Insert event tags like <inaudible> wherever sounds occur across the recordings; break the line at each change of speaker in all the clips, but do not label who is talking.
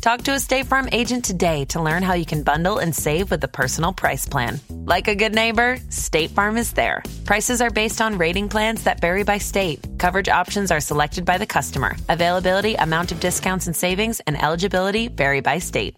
Talk to a State Farm agent today to learn how you can bundle and save with the Personal Price Plan. Like a good neighbor, State Farm is there. Prices are based on rating plans that vary by state. Coverage options are selected by the customer. Availability, amount of discounts and savings, and eligibility vary by state.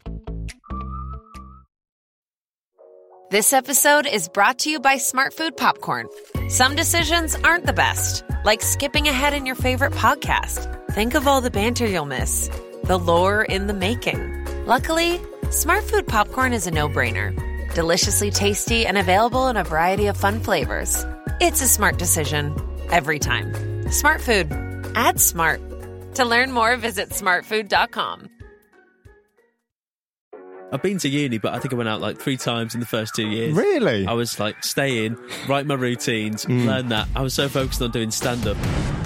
This episode is brought to you by Smartfood Popcorn. Some decisions aren't the best, like skipping ahead in your favorite podcast. Think of all the banter you'll miss, the lore in the making. Luckily, Smartfood Popcorn is a no brainer. Deliciously tasty and available in a variety of fun flavors. It's a smart decision every time. Smart food. Add smart. To learn more, visit smartfood.com.
I've been to uni, but I think I went out like three times in the first two years.
Really? Mm.
I was like, stay in, write my routines, learn that. I was so focused on doing stand up.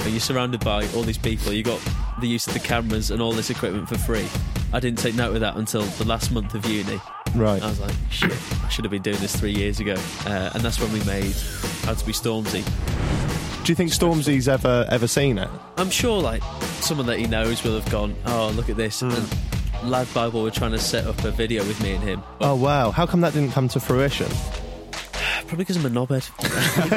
You're surrounded by all these people. You got the use of the cameras and all this equipment for free. I didn't take note of that until the last month of uni.
Right.
I was like, shit, I should have been doing this three years ago. Uh, and that's when we made How to Be Stormzy.
Do you think Stormzy's ever ever seen it?
I'm sure like someone that he knows will have gone, oh, look at this.
Mm.
And Lad Bible were trying to set up a video with me and him.
Oh wow! How come that didn't come to fruition?
Probably because I'm a knobhead.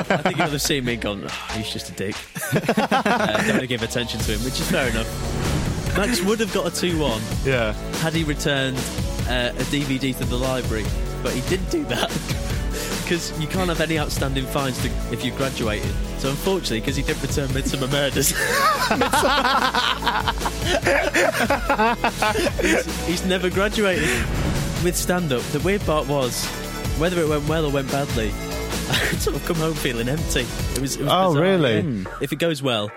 I think you would have seen me and gone, "Oh, he's just a dick. <laughs> uh, don't want to give attention to him, which is fair enough. Max would have got a 2 1
Yeah.
had he returned uh, a DVD to the library, but he didn't do that. Because you can't have any outstanding fines to, if you graduated. So unfortunately, because he did return Midsummer Murders, he's, he's never graduated with stand-up. The weird part was whether it went well or went badly. <laughs> I sort of come home feeling empty. It was. It was
Oh,
bizarre.
really?
Yeah. If it goes well,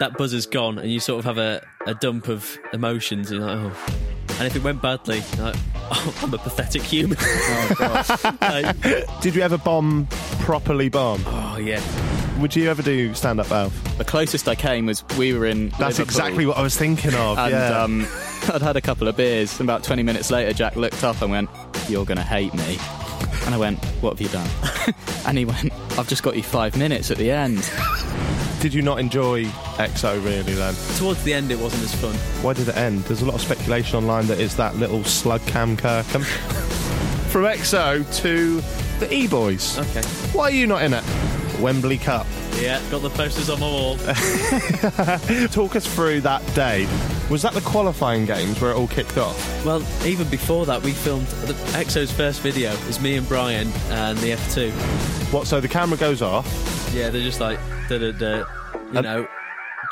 that buzz is gone, and you sort of have a, a dump of emotions. And you're like, oh. And if it went badly, you're like, <laughs> oh, I'm a pathetic human.
Oh,
<laughs> Like,
Did you ever bomb properly? Bomb?
oh yeah.
Would you ever do stand up, Alf?
The closest I came was we were in.
That's
Liverpool,
exactly what I was thinking of.
And
yeah.
um, <laughs> I'd had a couple of beers, and about 20 minutes later, Jack looked up and went, "You're gonna hate me." And I went, "What have you done?" <laughs> and he went, "I've just got you five minutes at the end."
Did you not enjoy EXO really then?
Towards the end, it wasn't as fun.
Why did it end? There's a lot of speculation online that it's that little slug Cam Kirkham. <laughs> From EXO to the E Boys.
Okay.
Why are you not in it? Wembley Cup.
Yeah, got the posters on my wall.
Talk us through that day. Was that the qualifying games where it all kicked off?
<laughs> Well, even before that, we filmed the, EXO's first video. Is me and Brian and the F2.
What? So the camera goes off.
Yeah, they're just like, da da da. You
And-
know,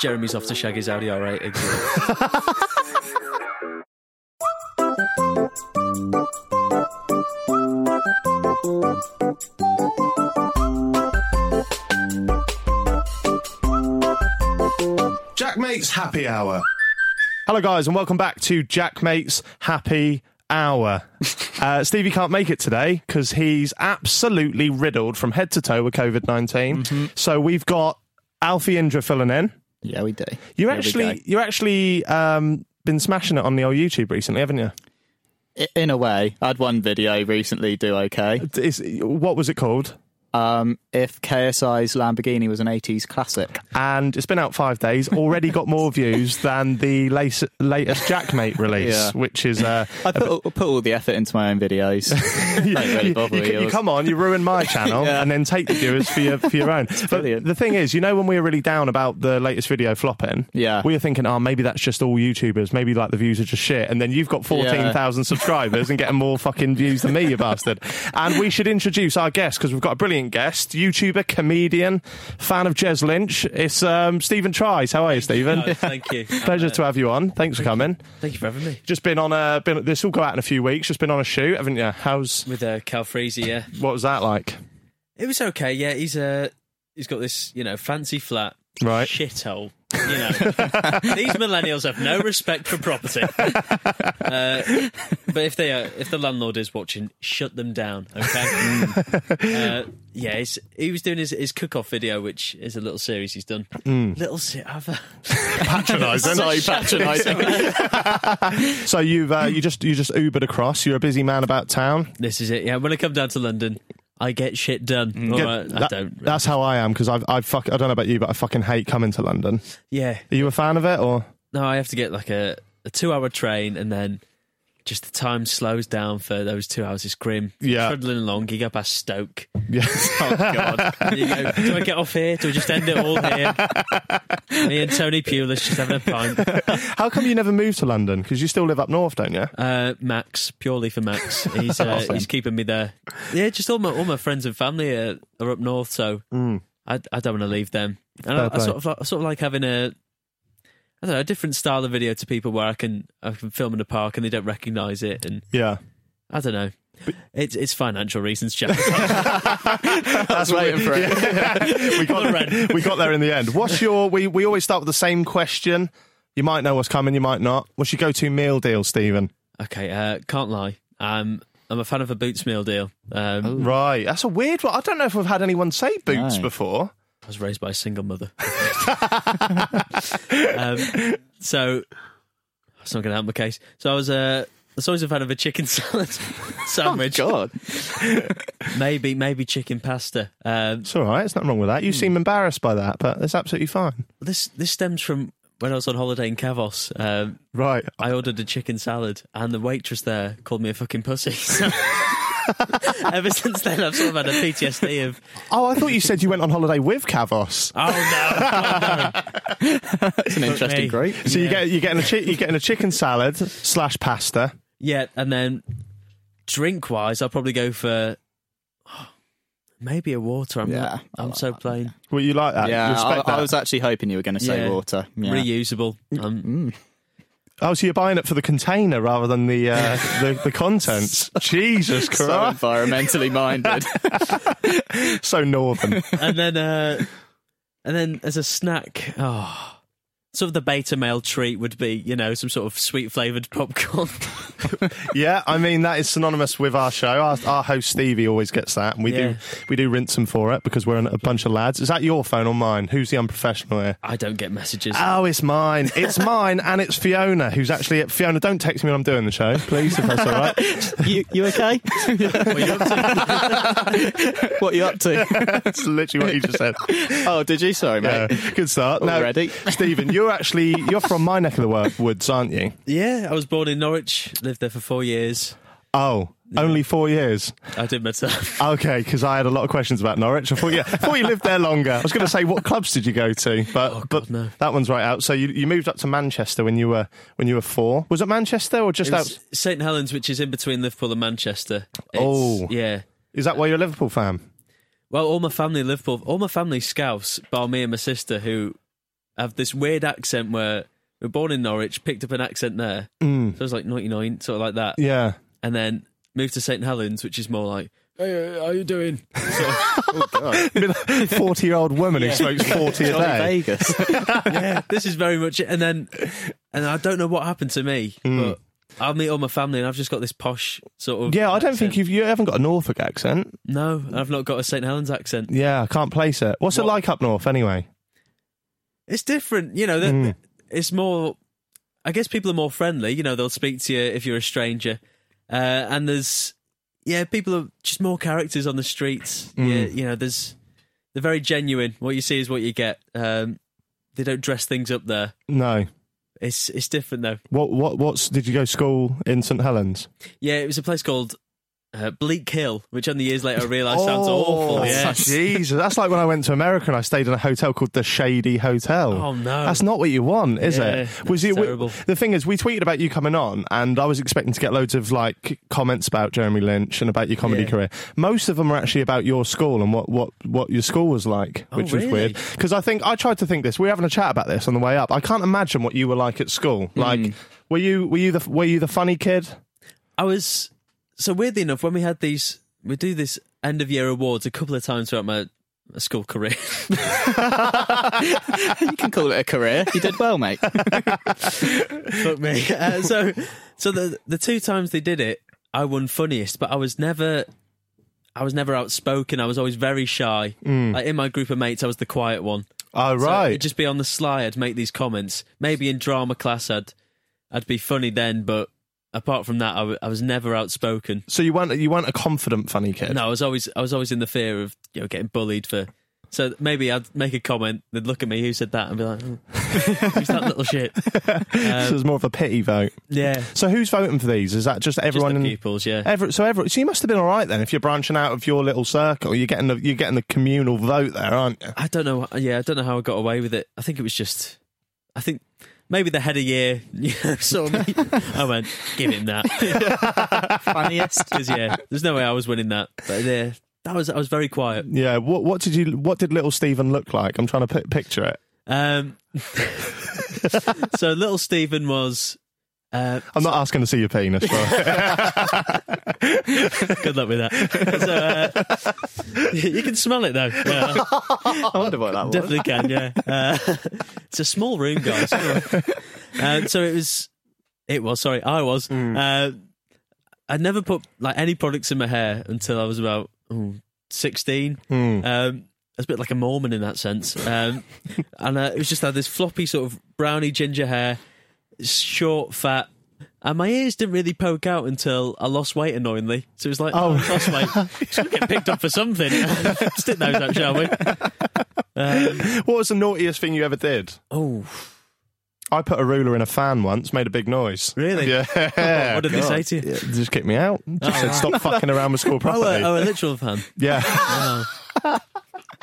Jeremy's off to shag his Audi R8 exit.
Jack Mate's Happy Hour.
Hello, guys, and welcome back to Jack Mate's Happy Hour. uh, Stevie can't make it today because he's absolutely riddled from head to toe with COVID 19. So we've got Alfie Indra filling in.
Yeah, we do.
You
Here we
actually, you actually um, been smashing it on the old YouTube recently, haven't you?
go. I- in a way, I had one video recently do okay.
It's, what was it called?
Um, if KSI's Lamborghini was an 80s classic,
And it's been out five days. Already got more views than the lace, latest Jack Mate release,
Yeah.
which is uh,
I put, all- put all the effort into my own
<laughs>
videos. Don't really
you,
bother
you-
with
you
yours.
come on, you ruin
<laughs>
my channel, and then take the viewers for your for your own. But
brilliant.
the thing is, you know, when we were really down about the latest video flopping,
Yeah.
we were thinking, oh, maybe that's just all YouTubers. Maybe like the views are just shit, and then you've got fourteen
<laughs>
thousand subscribers and getting more fucking views than me, you bastard. And we should introduce our guest because we've got a brilliant second guest, YouTuber, comedian, fan of Jez Lynch. It's um, Stephen Tries. How are you, Stephen?
No, thank you.
<laughs> Pleasure
Uh,
to have you on. Thanks for coming.
Thank you for having me.
Just been on a. Been, this will go out in a few weeks. Just been on a shoot, haven't you? How's
<laughs> With uh, Cal Freezy, yeah.
what was that like?
It was okay, yeah. He's uh, he's got this, you know, fancy flat
Right.
shithole. You know, <laughs> these millennials have no respect for
<laughs>
property. Uh, but if they are, if the landlord is watching, shut them down. Okay.
Mm.
Uh, yeah, he's, he was doing his, his cook-off video, which is a little series he's done.
Mm.
Little se- I've, uh,
Patronising.
Sorry, patronising.
So you've uh, you just you just Ubered across. You're a busy man about town.
<laughs> this is it. Yeah, when I come down to London, I get shit done. All
Good.
right, I
Mm. That-
don't.
That's how I am because I I fuck I don't know about you, but I fucking hate coming to London.
yeah,
Are you a fan of it or?
No, I have to get like a, a two hour train and then just the time slows down for those two hours. It's grim.
Yeah.
Trundling along, you go past Stoke.
Yeah.
Oh, God. <laughs> you go, do I get off here? Do I just end it all here? Me and Tony Pulis just having a pint.
How come you never moved to London? Because you still live up north, don't you?
Uh, Max, purely for
<laughs>
Max. He's, uh, he's keeping me there. Yeah, just all my, all my friends and family are, are up north, so I, I don't want to leave them. And I, I,
Mm. Fair play.
sort of, like- I sort of like having a. I don't know, a different style of video to people where I can I can film in a park and they don't recognise it and
Yeah.
I don't know. It's it's financial reasons, Jack.
<laughs>
I <laughs> was waiting for it.
<laughs>
we got
Red.
we got there in the end. What's your we we always start with the same question. You might know what's coming, you might not. What's your go-to meal deal, Stephen?
okay, uh, can't lie. I'm I'm a fan of a Boots meal deal. Um,
Right, that's a weird one. I don't know if we've had anyone say boots
No.
before.
I was raised by a single mother. <laughs> um, so that's not going to help my case. So I was uh, I was always a fan of a chicken <laughs> salad sandwich.
God.
maybe maybe chicken pasta. Um,
It's all right. It's nothing wrong with that.
Hmm.
You seem embarrassed by that, but that's absolutely fine.
this this stems from when I was on holiday in Cavos. Um,
Right.
I ordered a chicken salad, and the waitress there called me a fucking pussy. <laughs> So- Ever since then, I've sort of had a PTSD of
Oh, I thought you said you went on holiday with Cavos.
oh no,
It's an interesting
me.
group.
So you get you're getting a chi- you're getting a chicken salad slash pasta.
yeah. And then drink wise, I'll probably go for <gasps> maybe a water. I'm
Yeah,
not,
I
I'm
like
so plain,
Well, you like that? you
Yeah, I,
respect that.
I was actually hoping you were going to say
Yeah.
water. Yeah. Mm.
reusable. Um,
oh, so you're buying it for the container rather than the uh, the, the <laughs> contents. Jesus
so
Christ!
<laughs>
environmentally minded.
so northern.
and then uh, and then as a snack, oh. Sort of the beta male treat would be, you know, some sort of sweet flavored
<laughs>
popcorn.
Yeah, I mean that is synonymous with our show. Our, our host Stevie always gets that, and we
Yeah.
do we do rinse him for it because we're an- a bunch of lads. Is that your phone or mine? Who's the unprofessional here?
I don't get messages.
Oh, it's mine. <laughs> It's mine, and it's Fiona, who's actually at Fiona. Don't text me when I'm doing the show, please, if that's all right.
<laughs> you,
<laughs>
you okay?
Well, you're up
<laughs>
to-
what you up to?
<laughs> That's literally what you just <laughs> said.
oh, did you? Sorry,
Yeah,
mate.
good start. Now, <laughs>
Already?
Stephen, you're actually you're from my neck of the wo- woods, aren't you?
Yeah, I was born in Norwich, lived there for four years.
Oh, only four years.
I did
<laughs>
my time.
Okay, because I had a lot of questions about Norwich. I thought, yeah, I thought you lived there longer. I was going to say, what clubs did you go to? But, but
Oh, no.
that one's right out. So you, you moved up to Manchester when you were when you were four. Was it Manchester or just
It
out?
was St Helens, which is in between Liverpool and Manchester. It's-
Oh.
yeah.
Is that why you're a Liverpool fan?
Well, all my family Liverpool, all my family Scouse, bar me and my sister, who have this weird accent where we were born in Norwich, picked up an accent there. Mm. So it was like 99, sort of like that.
Yeah.
And then moved to St Helens, which is more like, hey, uh, how you doing? Sort of,
Forty year old woman who smokes forty a day.
Vegas.
this is very much it. And then, and I don't know what happened to me,
Mm.
but I'll meet all my family and I've just got this posh sort of.
Yeah, I don't
accent.
think you've you haven't got a Norfolk accent.
No, I've not got a St Helens accent.
Yeah, I can't place it. What's it
What?
like up north anyway?
It's different, you know. The, It's more. I guess people are more friendly. You know, they'll speak to you if you're a stranger, uh, and there's yeah, people are just more characters on the streets. Yeah, you know, there's they're very genuine. What you see is what you get. Um, they don't dress things up there.
No.
It's it's different though.
What what what's did you go to school in St Helens?
Yeah, it was a place called uh, Bleak Hill, which only years later I realised
Oh,
sounds awful. Yes.
<laughs> Jesus. That's like when I went to America and I stayed in a hotel called the Shady Hotel.
Oh, no.
That's not what you want, is
Yeah,
it? Was
that's
it? we-
terrible.
the thing is, we tweeted about you coming on, and I was expecting to get loads of like comments about Jeremy Lynch and about your comedy
Yeah.
career. Most of them were actually about your school and what what what your school was like, which was
Oh, really?
weird. Because I think I tried to think this. We were having a chat about this on the way up. I can't imagine what you were like at school.
Hmm.
Like, were you were you the were you the funny kid?
I was so weirdly enough when we had these, we do this end of year awards a couple of times throughout my, my school career. <laughs>
You can call it a career. You did
<laughs>
well, mate.
Fuck me. <laughs> Uh, so, so the the two times they did it, I won funniest, but I was never. I was never outspoken. I was always very shy. Like in my group of mates, I was the quiet one.
Oh
So
Mm. right.
it'd just be on the sly. I'd make these comments. Maybe in drama class, I'd I'd be funny then, but apart from that, I, w- I was never outspoken.
so you weren't you weren't a confident funny kid.
No, I was always I was always in the fear of you know getting bullied for. So maybe I'd make a comment. They'd look at me, who said that, and be like, oh, <laughs> "Who's that little
<laughs>
shit?"
so it was more of a pity vote.
Yeah,
So who's voting for these? Is that
just
just everyone
the
in
pupils. Yeah,
Every, so every, so you must have been all right then if you're branching out of your little circle. You're getting the you're getting the communal vote there, aren't you?
I don't know. Yeah, I don't know how I got away with it. I think it was just. I think maybe the head of year <laughs> you know, saw me. I went, give him that. <laughs>
Funniest.
'Cause, yeah, there's no way I was winning that. But yeah, that was I was very quiet.
Yeah. What what did you what did little Stephen look like? I'm trying to pi picture it.
Um, <laughs> so little Stephen was. Uh,
I'm not asking to see your penis. But
good luck with that. So, uh, <laughs> you can smell it though. Yeah,
I wonder what that was.
definitely can. Yeah, uh, <laughs> it's a small room, guys. Uh, so it was. It was. Sorry, I was. Uh, I never put like any products in my hair until I was about oh, sixteen. Um, I was a bit like a Mormon in that sense, um, and uh, it was just I had this floppy sort of browny ginger hair, short, fat. And my ears didn't really poke out until I lost weight annoyingly. So it was like, oh, I lost weight. Should get picked up for something. <laughs> Stick those out, shall we?
<laughs> what was the naughtiest thing you ever did?
Oh,
I put a ruler in a fan once, made a big noise.
Really? <laughs> Oh,
Yeah.
what did they say to you?
Yeah, they just kicked me out. Just said stop fucking around with
<laughs>
school
Oh, a,
property.
oh, a literal
<laughs>
fan. <laughs>
yeah.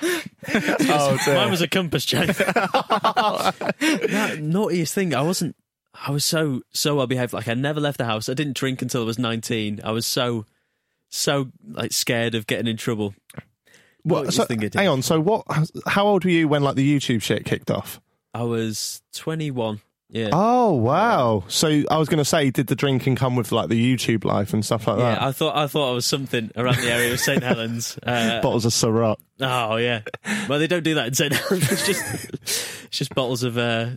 oh dear.
Mine was a compass
<laughs>
chain. that naughtiest thing, I wasn't. I was so so well behaved. Like I never left the house. I didn't drink until I was nineteen. I was so so like scared of getting in trouble.
What-
naughtiest
so-
thing I did.
hang on. So what? How old were you when like the YouTube shit kicked off?
I was twenty one. Yeah,
Oh wow! So I was going to say, did the drinking come with like the YouTube life and stuff like that?
yeah. I thought I thought I was something around the area of St
<laughs>
Helens. Uh,
Bottles of Syrah.
oh yeah. Well, they don't do that in St Helens. It's just it's just bottles of uh,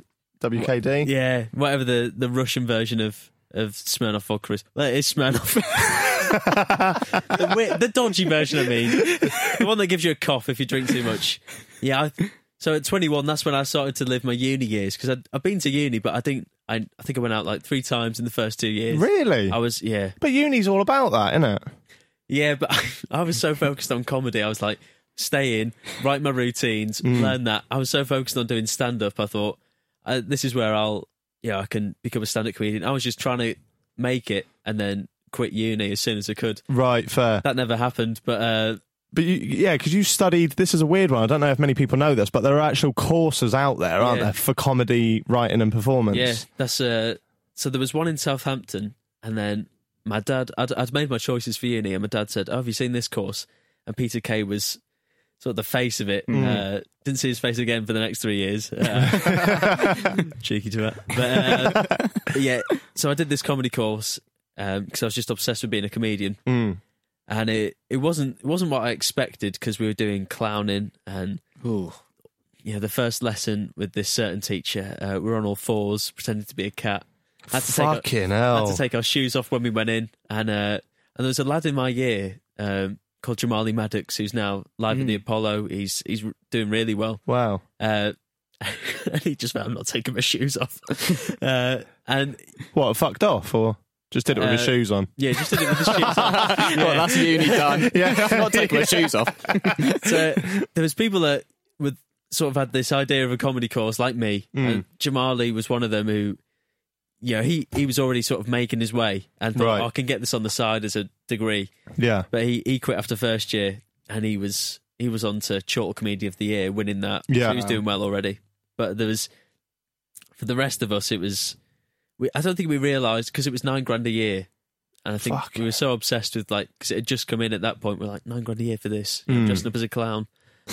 WKD.
Yeah, whatever the, the Russian version of of Smirnoff vodka is. Well, it is Smirnoff. <laughs> the, wi- the dodgy version, I mean, the one that gives you a cough if you drink too much. Yeah. I, so at 21, that's when I started to live my uni years because I'd, I'd been to uni, but I think I, I think I went out like three times in the first two years.
Really?
I was yeah
but uni's all about that, isn't it?
yeah, but <laughs> I, was so focused on comedy. I was like, stay in, write my routines, learn that. I was so focused on doing stand up. I thought uh, this is where I'll yeah I can become a stand up comedian. I was just trying to make it and then quit uni as soon as I could.
Right, fair.
That never happened, but uh,
But you, yeah, because you studied. This is a weird one. I don't know if many people know this, but there are actual courses out there, aren't
Yeah.
there, for comedy writing and performance?
yeah, that's uh. So there was one in Southampton, and then my dad, I'd, I'd made my choices for uni, and my dad said, "Oh, have you seen this course?" And Peter Kay was sort of the face of it. Uh, didn't see his face again for the next three years. Uh, cheeky to it, but uh, but yeah. So I did this comedy course because I was just obsessed with being a comedian, and it it wasn't it wasn't what I expected because we were doing clowning and you know, the first lesson with this certain teacher, uh, we were on all fours, pretending to be a cat. Had to take
Fucking
our,
hell.
Had to take our shoes off when we went in, and uh, and there was a lad in my year um, called Jamali Maddox, who's now live at the
Mm.
Apollo. He's he's r- doing really well.
wow.
Uh, <laughs> and he just went, "I'm not taking my shoes
<laughs>
off," uh, and
What? Fucked off or just did it with his
Uh,
shoes on?
yeah, just did it with his
<laughs>
shoes on.
Well, that's
<laughs>
uni done. yeah. Not taking my shoes off.
so there was people that with sort of had this idea of a comedy course like me. And Jamali was one of them who you know, he, he was already sort of making his way and thought,
Right.
"Oh, I can get this on the side as a degree. <laughs>
Yeah.
But he, he quit after first year and he was he was on to Chortle Comedy of the Year, winning that.
Yeah.
So he was doing well already. But there was for the rest of us it was we I don't think we realised because it was nine grand a year. And I think
Fuck.
we were so obsessed with like because it had just come in at that point. We're like nine grand a year for this. I'm dressing
Hmm.
up as a clown.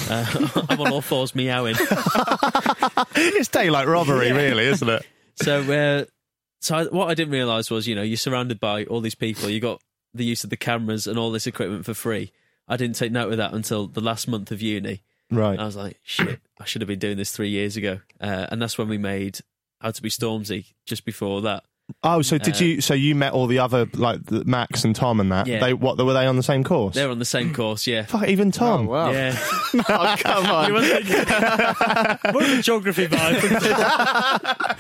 Uh, <laughs> I'm on all fours meowing.
It's daylight robbery, really, isn't
<laughs>
it?
So, uh, so I, what I didn't realise was, you know, you're surrounded by all these people. You got the use of the cameras and all this equipment for free. I didn't take note of that until the last month of uni.
Right.
And I was like, shit, I should have been doing this three years ago. Uh, and that's when we made How to Be Stormzy just before that.
Oh, so did
Uh,
you? So you met all the other like the, Max and Tom and that?
Yeah.
They what? Were they on the same course?
They're on the same course, yeah.
Fuck, even Tom.
wow.
Yeah. <laughs>
Oh, come on.
More of a geography vibe.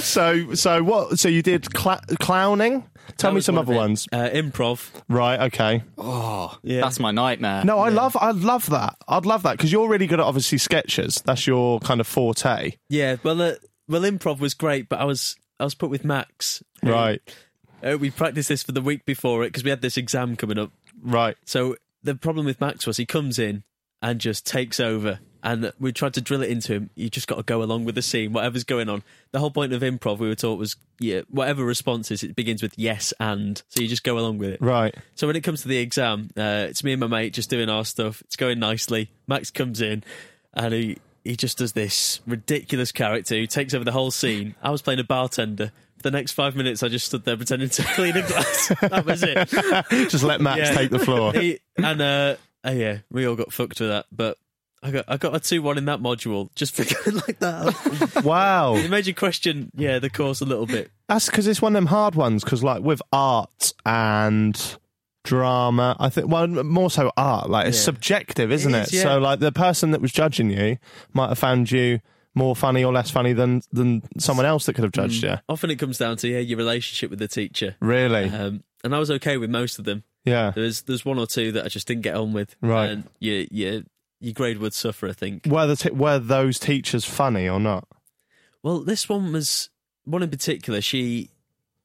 So so what? So you did cla clowning. Tell
That
me
was
some
one of
other
it. Oh,
ones.
<laughs> Uh, improv.
Right. Okay.
Yeah.
That's my nightmare.
No, I love I love that. I'd love that because you're really good at obviously sketches. That's your kind of forte.
Yeah, well, uh, well, improv was great, but I was I was put with Max. who-
Right.
Uh, we practiced this for the week before it because we had this exam coming up.
Right.
So the problem with Max was he comes in and just takes over. And we tried to drill it into him. You just got to go along with the scene, whatever's going on. The whole point of improv we were taught was, yeah, whatever response is, it begins with yes and. So you just go along with it.
Right.
So when it comes to the exam, uh, it's me and my mate just doing our stuff. It's going nicely. Max comes in and he, he just does this ridiculous character who takes over the whole scene. I was playing a bartender. For the next five minutes, I just stood there pretending to <laughs> clean a glass. that was it.
Just let
<laughs>
Max
Yeah.
take the floor.
He- and uh, uh, yeah, we all got fucked with that. But I got I got a two one in that module just for going <laughs> like that.
wow.
<laughs> it made you question, yeah, the course a little bit.
That's because it's one of them hard ones. Because like with art and drama, I think well more so art. Like it's
Yeah.
subjective, isn't
It
it?
is, yeah.
So like the person that was judging you might have found you more funny or less funny than than someone else that could have judged you.
Often it comes down to yeah, your relationship with the teacher.
Really?
Um, and I was okay with most of them.
yeah.
There's there's one or two that I just didn't get on with.
Right.
And your your your grade would suffer, I think.
Were the t- were those teachers funny or not?
Well, this one was one in particular. She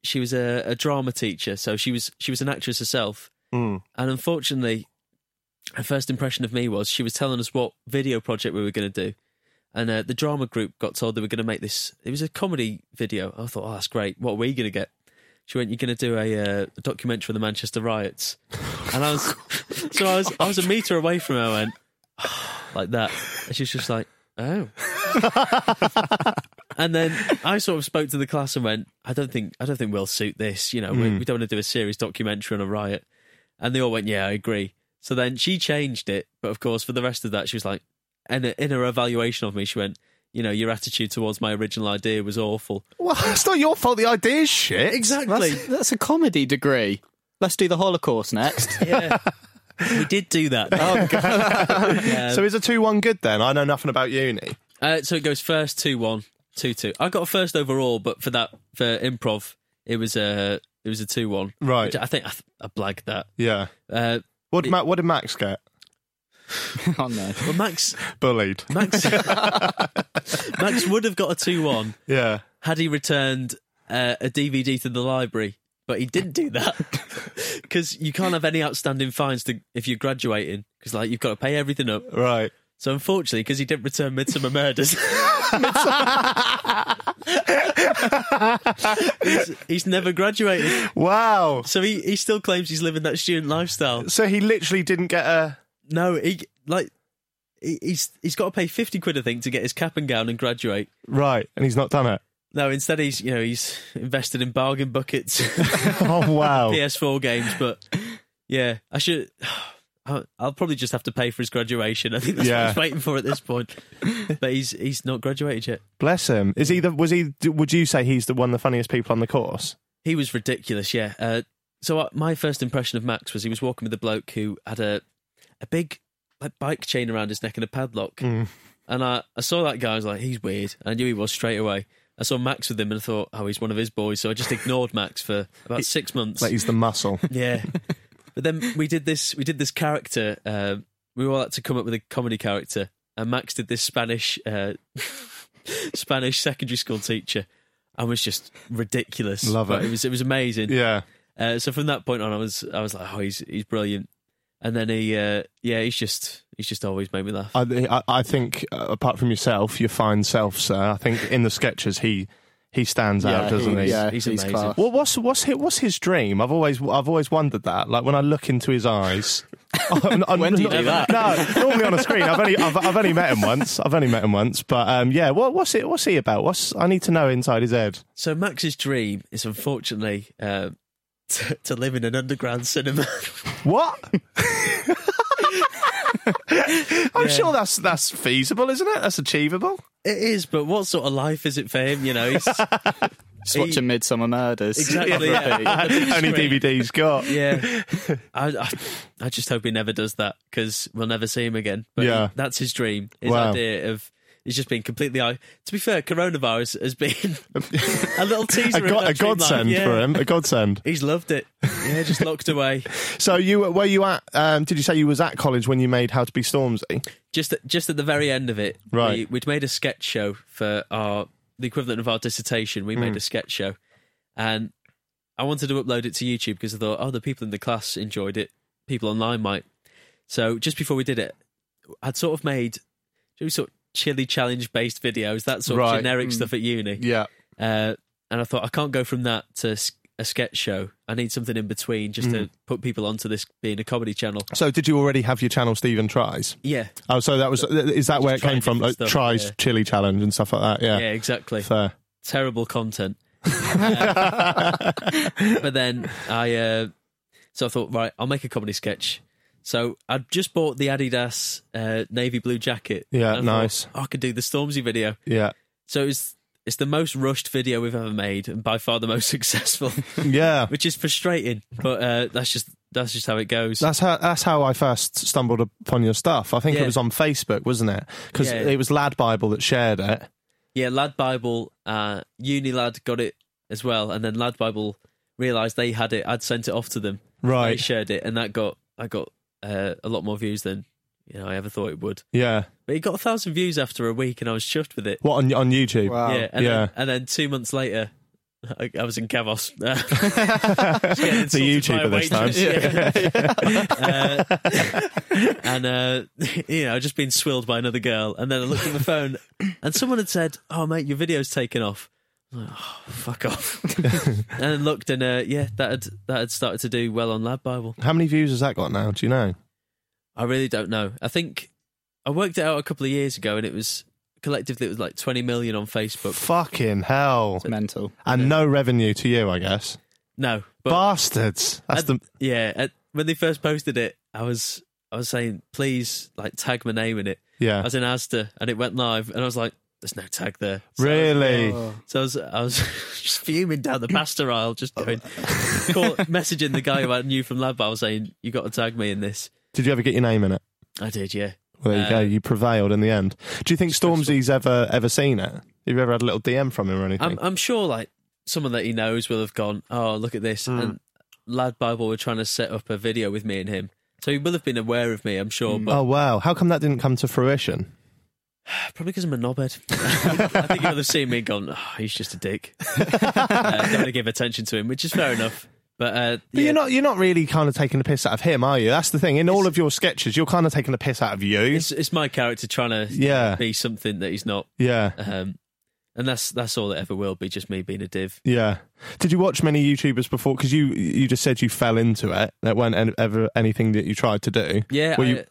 she was a, a drama teacher, so she was she was an actress herself. And unfortunately, her first impression of me was she was telling us what video project we were going to do. And uh, the drama group got told they were going to make this. It was a comedy video. I thought, oh, that's great. What are we going to get? She went, "You're going to do a, uh, a documentary on the Manchester riots," and I was, so I was, I was a meter away from her. I went <sighs> like that, and she's just like, "Oh." and then I sort of spoke to the class and went, "I don't think, I don't think we'll suit this. You know, we, we don't want to do a serious documentary on a riot." And they all went, "Yeah, I agree." So then she changed it, but of course, for the rest of that, she was like, and in her evaluation of me, she went, "You know, your attitude towards my original idea was awful."
Well, <laughs> it's not your fault. The idea is shit.
Exactly.
That's, that's a comedy degree. Let's do the Holocaust next.
<laughs> Yeah. we did do that. <laughs> Oh, God.
So is a two one good then? I know nothing about uni.
uh, so it goes first 2 1, 2 2. I got a first overall, but for that, for improv, it was a. It was a two-one,
Right.
which I think I, th- I blagged that.
Yeah.
Uh,
What Ma- what did Max get?
oh, no.
but Max,
Bullied.
Max, <laughs> Max would have got a two-one
Yeah.
had he returned uh, a DVD to the library, but he didn't do that <laughs> because you can't have any outstanding fines to, if you're graduating because like you've got to pay everything up.
Right.
So unfortunately, because he didn't return Midsummer Murders, <laughs> he's, he's never graduated.
Wow.
So he, he still claims he's living that student lifestyle.
So he literally didn't get a.
No, he like he, he's he's got to pay fifty quid I think to get his cap and gown and graduate.
Right, and he's not done it. <laughs>
No, instead he's you know he's invested in bargain buckets. <laughs>
Oh wow!
PS4 games, but yeah, I should. <sighs> I'll I'll probably just have to pay for his graduation. I think that's
Yeah.
what he's waiting for at this
<laughs>
point. But he's he's not graduated yet.
Bless him. Is he the? Was he? d- Would you say he's the one of the funniest people on the course?
He was ridiculous, yeah. Uh, so uh, my first impression of Max was he was walking with a bloke who had a a big like bike chain around his neck and a padlock.
Mm.
And I, I saw that guy. I was like, he's weird. I knew he was straight away. I saw Max with him and I thought, oh, he's one of his boys. So I just ignored Max for about six months.
Like he's the muscle.
Yeah. but then we did this. We did this character. Uh, we all had to come up with a comedy <laughs> character, and Max did this Spanish, uh, Spanish secondary school teacher. I was just ridiculous.
Love
But
it.
It was it was amazing.
<laughs> Yeah.
Uh, so from that point on, I was I was like, oh, he's he's brilliant. And then he, uh, yeah, he's just he's just always made me laugh.
I, I, I think, uh, apart from yourself, your fine self, sir, I think in the sketches he he stands
Yeah,
out, doesn't he?
Yeah,
He's
he's,
amazing.
class.
Well, what's what's his, what's his dream? I've always I've always wondered that. Like when I look into his
<laughs>
eyes. I'm- I'm
When do you
not-
do that?
No, normally on a screen. I've only I've, I've only met him once. I've only met him once. But um, yeah, what, what's it? What's he about? What's I need to know inside his head.
So Max's dream is unfortunately uh, <laughs> to, to live in an underground cinema. <laughs>
What? I'm sure that's that's feasible, isn't it? That's achievable.
it is, but what sort of life is it for him? You
<laughs>
know, he's,
Just watching Midsummer Murders. <laughs>
Exactly, yeah.
Only DVD's got. <laughs>
yeah. I, I I just hope he never does that because we'll never see him again. But
Yeah.
he- that's his dream. His
Wow.
idea of it's just been completely. i- To be fair, coronavirus has
<laughs>
been a little teaser,
A,
of
go-
that
a
dream life.
godsend
Yeah.
for him. A godsend.
He's loved it. Yeah, just locked away.
So you were- were you at? Um, did you say you was at college when you made How to Be Stormzy?
just at, just at the very end of it,
Right.
We, would made a sketch show for our the equivalent of our dissertation. We
Hmm.
made a sketch show, and I wanted to upload it to YouTube because I thought, oh, the people in the class enjoyed it. People online might. So just before we did it, I'd sort of made do sort of chili challenge based videos, that sort
Right.
of generic stuff at uni.
Yeah.
Uh, and I thought I can't go from that to s- a sketch show. I need something in between just
Hmm.
to put people onto this being a comedy channel.
So did you already have your channel Stephen tries?
Yeah,
Oh, so that was is that where it
trying
came from? Like,
different stuff,
tries
yeah.
chili challenge and stuff like that. Yeah.
yeah, exactly.
Fair.
terrible
<laughs>
content. Um, but then I, uh, so I thought, right, I'll make a comedy sketch. So I just bought the Adidas uh, navy blue jacket.
Yeah,
And I thought,
nice.
"Oh, I could do the Stormzy video.
Yeah.
So it's it's the most rushed video we've ever made, and by far the most <laughs>
<laughs>
successful,
Yeah.
which is frustrating. But uh, that's just that's just how it goes.
That's how that's how I first stumbled upon your stuff. I think it
Yeah.
was on Facebook, wasn't it? Because
Yeah.
it was Lad Bible that shared it.
Yeah, Lad Bible, uh, Uni Lad got it as well, and then Lad Bible realised they had it. I'd sent it off to them.
Right.
They shared it, and that got I got uh, a lot more views than you know I ever thought it would.
Yeah.
But it got a thousand views after a week, and I was chuffed with it.
What on on YouTube?
Wow.
Yeah, and,
Um, Yeah.
Then, and then two months later, I, I was in <laughs> Cavos.
the YouTuber this time.
and uh, <laughs> you know, I'd just been swilled by another girl, and then I looked at my phone, and someone had said, "Oh, mate, your video's taken off." I'm like, oh, fuck
<laughs>
off! and then looked, and uh, yeah, that had that had started to do well on Lab Bible.
How many views has that got now? Do you know?
I really don't know. I think I worked it out a couple of years ago, and it was collectively it was like 20 million on Facebook.
Fucking hell!
Mental.
And no revenue to you, I guess.
No, but
Bastards. That's
At-
the
yeah. At, when they first posted it, I was I was saying, please, like tag my name in it. I
yeah.
was in Asda, and it went live, and I was like, there's no tag there. So Oh. I was-
Really?
So I was, I was <laughs> just fuming down the pasta aisle, just
Oh.
going, call, messaging the guy who I knew from Lab. I was saying, you got to tag me in this.
Did you ever get your name in it?
I did, yeah.
Well, there you go.
Uh,
You prevailed in the end. Do you think Stormzy's ever ever seen it? Have you ever had a little DM from him or anything?
I'm, I'm sure like someone that he knows will have gone, oh, look at
Hmm.
this. And Lad Bible were trying to set up a video with me and him. So he will have been aware of me, I'm sure, but
oh wow! How come that didn't come to fruition?
probably because I'm a knobhead.
<laughs>
I think he will have seen me and gone, oh, he's just a dick. uh, don't want to give attention to him, which is fair enough. But, uh,
But
yeah,
you're not you're not really kind of taking the piss out of him, are you? That's the thing. In all of your sketches, you're kind of taking the piss out of you.
it's, it's my character trying to
Yeah.
be something that he's not. <laughs>
Yeah,
Um, and that's that's all it ever will be, just me being a div.
yeah. Did you watch many YouTubers before? Because you you just said you fell into it. That weren't an- ever anything that you tried to do.
Yeah,
Were
I,
you-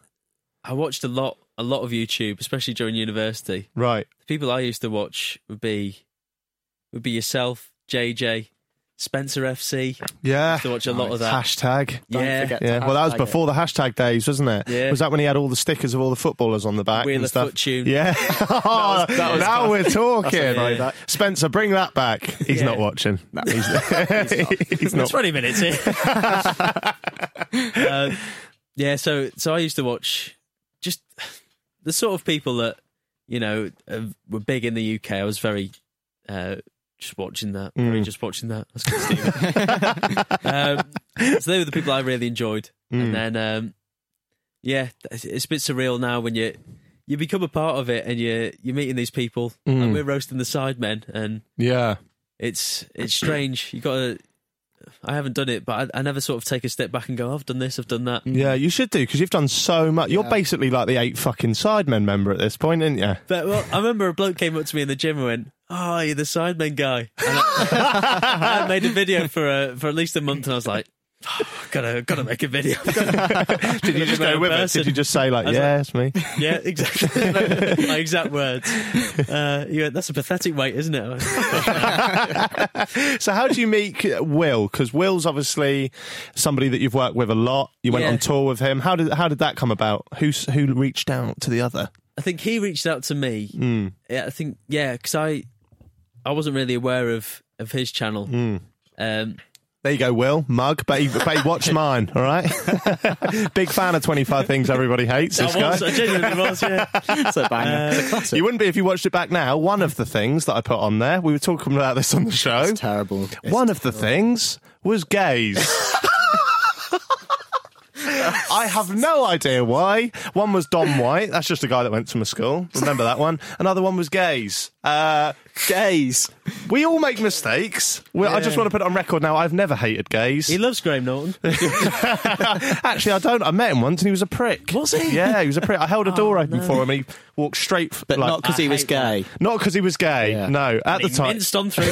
I watched a lot a lot of YouTube, especially during university.
Right.
The people I used to watch would be would be yourself, JJ, Spencer FC.
Yeah.
Used to watch a lot of that.
Hashtag.
Don't
yeah,
forget to
Yeah, well, that was
hashtag
before the hashtag days, wasn't it?
Yeah.
Was that when he had all the stickers of all the footballers on the back
Wheel
and
of
stuff?
Fortune.
Yeah.
that was
<laughs> now we're talking.
<laughs>
That's a- Yeah.
Spencer, bring that back. He's
Yeah.
not watching. he's, <laughs> he's not.
twenty minutes in. uh, yeah, so so I used to watch just the sort of people that you know uh, were big in the UK. I was very uh, just watching that, very just watching that. That's good, Steve. <laughs> um, so they were the people I really enjoyed, and then um, yeah, it's, it's a bit surreal now when you. You become a part of it, and you're you're meeting these people. Like, we're roasting the sidemen, and
Yeah.
it's it's strange. You got to. I haven't done it, but I, I never sort of take a step back and go, I've done this, I've done that.
Yeah, you should do because you've done so much. You're
Yeah.
basically like the eight fucking Sidemen member at this point, aren't you?
But, well, I remember a bloke came up to me in the gym and went, "Oh, you're the Sidemen guy." And I, <laughs> I made a video for uh, for at least a month, and I was like, oh, "Gotta gotta make a
<laughs>
video."
Did you just
my
go
own
with it?
person.
Did you just say like,
was like-
yeah, it's me?
yeah, exactly. <laughs> My exact words. Uh, you went, "That's a pathetic weight, isn't it?" I went,
So how do you meet uh, Will? Because Will's obviously somebody that you've worked with a lot. You went
Yeah.
on tour with him. How did how did that come about? Who s- who reached out to the other?
I think he reached out to me.
Hmm.
Yeah, I think yeah, because I I wasn't really aware of of his channel.
Hmm.
Um,
There you go, Will. Mug, but he, but he watched mine. All right. <laughs> Big fan of Twenty Five Things Everybody Hates. This
I
guy.
was, uh, I genuinely was. Yeah.
<laughs>
It's a banger.
Uh,
It's a classic.
You wouldn't be if you watched it back now. One of the things that I put on there, we were talking about this on the show.
It's terrible. It's-
One of the things was gays.
<laughs>
I have no idea why. One was Don White. That's just a guy that went to my school. Remember that one. Another one was gays. Uh,
gays.
we all make mistakes. We, I just want to put it on record now. I've never hated gays.
He loves Graham Norton.
Actually, I don't. I met him once and he was a prick.
Was he?
Yeah, he was a prick. I held a door open for him and he walked straight. f-
Oh, But
like-
not because he was
hate that.
gay.
Not because he was gay.
Yeah.
No, at the
He
time.
minced
<laughs>
on through.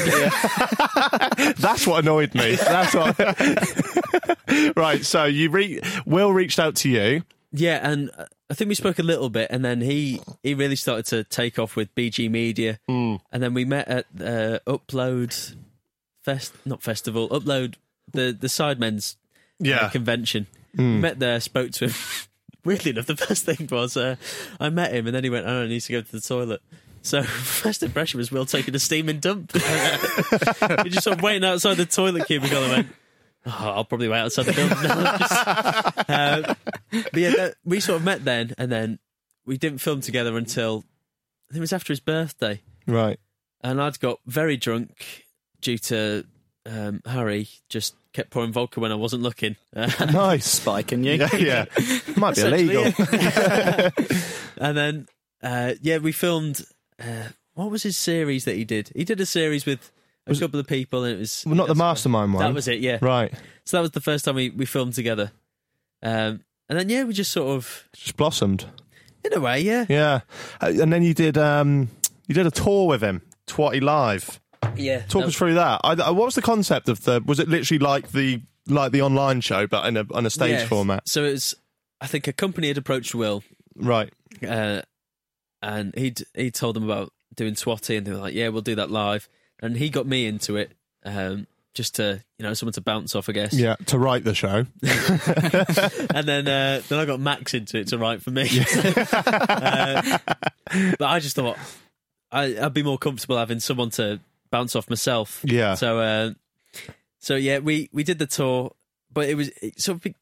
That's what annoyed me. That's what.
<laughs>
<laughs> right. So you re- Will reached out to you.
Yeah, and uh, I think we spoke a little bit, and then he he really started to take off with BG Media,
Hmm.
and then we met at uh, Upload Fest, not festival, Upload the the Sidemen's uh,
Yeah.
convention. Met there, spoke to him. <laughs> Weirdly enough, the first thing was uh, I met him, and then he went, "Oh, I need to go to the toilet." So <laughs> first impression was Will taking a steaming dump. <laughs> he just sort of waiting outside the toilet cubicle and went, "Oh, I'll probably wait outside the building. <laughs> now." Uh, but yeah, that, we sort of met then, and then we didn't film together until I think it was after his birthday.
Right.
And I'd got very drunk due to um, Harry just kept pouring vodka when I wasn't looking. <laughs> Uh,
Nice.
Spiking you.
<laughs> Yeah. yeah. Might be
Essentially,
illegal.
and then, uh, yeah, we filmed. Uh, what was his series that he did? He did a series with a couple of people, and it was
Well, not the mastermind one.
That was it, yeah.
Right.
So that was the first time we, we filmed together. Um, and then, yeah, we just sort of,
Just blossomed.
in a way, yeah.
Yeah. Uh, and then you did. Um, you did a tour with him. Twatty live.
Yeah.
Talk us through that. I, I- what was the concept of the? Was it literally like the like the online show, but in a on a stage
Yeah.
format?
So it was, I think a company had approached Will
Right.
uh, and he'd he told them about doing Twatty, and they were like, "Yeah, we'll do that live." And he got me into it, um, just to you know someone to bounce off, I guess.
Yeah. To write
<laughs>
the show.
And then uh, then I got Max into it to write for me. <laughs> uh, but I just thought I, I'd be more comfortable having someone to bounce off myself.
Yeah.
So uh, so yeah, we we did the tour, but it was it sort of be,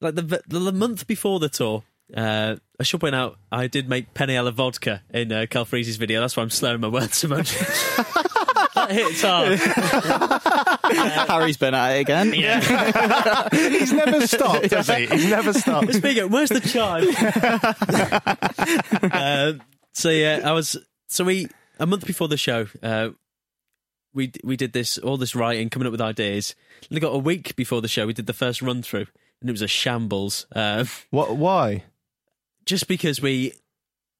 like the, v- the the month before the tour. Uh, I should point out I did make Peniella vodka in uh, Calfreeze's video. That's why I'm slurring my words so much. that hits hard.
<laughs> Harry's been at it again.
He's never stopped, has he? He's never stopped.
Speaking, where's the chime? Um so yeah, I was. So we a month before the show, uh, we d- we did this all this writing, coming up with ideas. And we got a week before the show, we did the first run through, and it was a shambles. Um
What? Why?
<laughs> just because we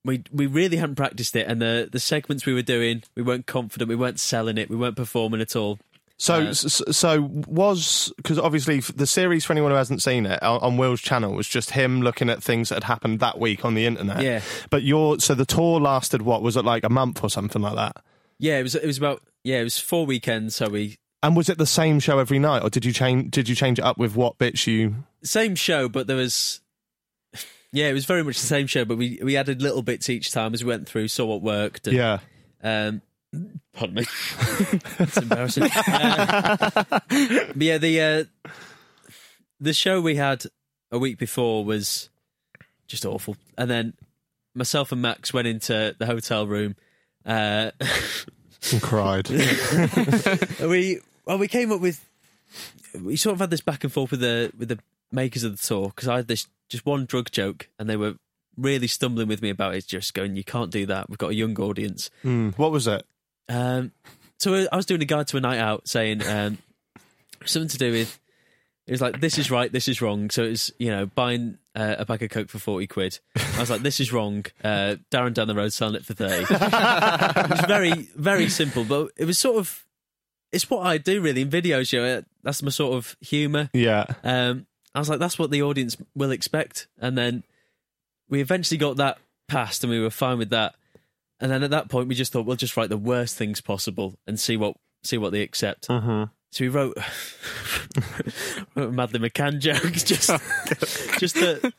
we we really hadn't practiced it, and the the segments we were doing, we weren't confident, we weren't selling it, we weren't performing at all.
So, s so was because obviously f- the series for anyone who hasn't seen it on, on Will's channel was just him looking at things that had happened that week on the internet.
Yeah.
But your so the tour lasted what was it like a month or something like that?
Yeah, it was it was about yeah, it was four weekends, so we
And was it the same show every night, or did you change did you change it up with what bits you?
same show, but there was yeah, it was very much the same show, but we we added little bits each time as we went through, saw what worked. And,
Yeah.
Um, pardon <laughs> me, it's <laughs> embarrassing. Uh, but yeah, the uh, the show we had a week before was just awful, and then myself and Max went into the hotel room. Uh,
<laughs>
<laughs>
And <laughs> cried.
we well, we came up with we sort of had this back and forth with the with the makers of the tour because I had this just one drug joke and they were really stumbling with me about it, just going, "You can't do that. We've got a young audience."
Mm, What was it?
Um, so I- I was doing a guide to a night out saying um, something to do with it was like this is right, this is wrong. So it was you know buying uh, a pack of coke for forty quid. I was like this is wrong. Uh, Darren down the road selling it for thirty. it was very very simple, but it was sort of it's what I do really in videos. You know, that's my sort of humour.
Yeah.
Um, I was like, that's what the audience will expect. And then we eventually got that passed and we were fine with that. And then at that point, we just thought, we'll just write the worst things possible and see what see what they accept. So we wrote, <laughs> wrote a Madly McCann joke, just, just the,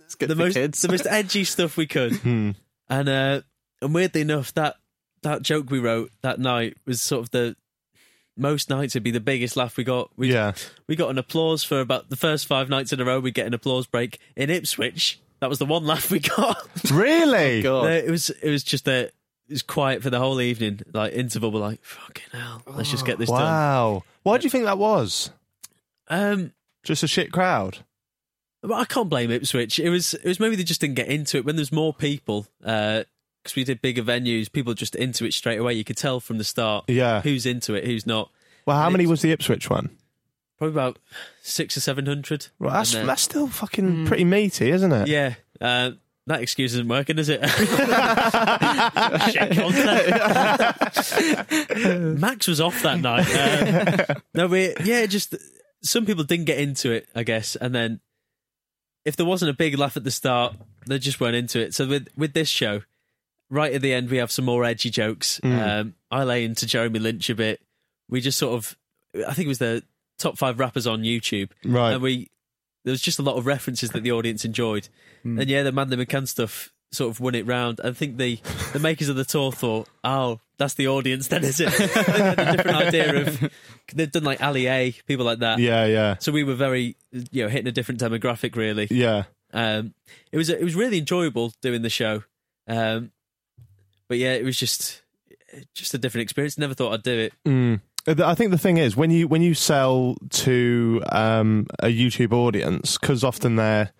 It's good
the
for
most
kids.
the most edgy stuff we could. And uh, and weirdly enough, that that joke we wrote that night was sort of the most nights it'd be the biggest laugh we got. We
Yeah.
we got an applause for about the first five nights in a row. We'd get an applause break in Ipswich. That was the one laugh we got. <laughs>
Really?
<laughs> God.
it was it was just a it was quiet for the whole evening. Like interval, we're like fucking hell. Let's just get this done.
wow. Why do you think that was?
Um,
Just a shit crowd.
But I can't blame Ipswich. It was it was maybe they just didn't get into it when there's more people because we did bigger venues. People just into it straight away. You could tell from the start.
Yeah.
who's into it, who's not.
Well, how
And
many
it's-
was the Ipswich one?
Probably about six or seven hundred.
Well, that's
And, uh,
that's still fucking pretty meaty, isn't it?
yeah. Uh, that excuse isn't working, is it? <laughs> Shit content. <laughs> Max was off that night. Uh, no, we yeah, just some people didn't get into it, I guess, and then if there wasn't a big laugh at the start, they just weren't into it. So with with this show, right at the end, we have some more edgy jokes. Um, I lay into Jeremy Lynch a bit. We just sort of, I think it was the top five rappers on YouTube,
Right.
And we there was just a lot of references that the audience enjoyed,
Hmm.
and yeah, the Manly McCann stuff sort of won it round. I think the the makers of the tour thought, oh, that's the audience, then
<laughs>
is it? they had a different idea of they've done like Ali A, people like that.
Yeah, yeah.
So we were very, you know, hitting a different demographic really.
Yeah.
Um, it was it was really enjoyable doing the show, um, but yeah, it was just just a different experience. Never thought I'd do it.
Uh, th- I think the thing is when you when you sell to um, a YouTube audience because often they're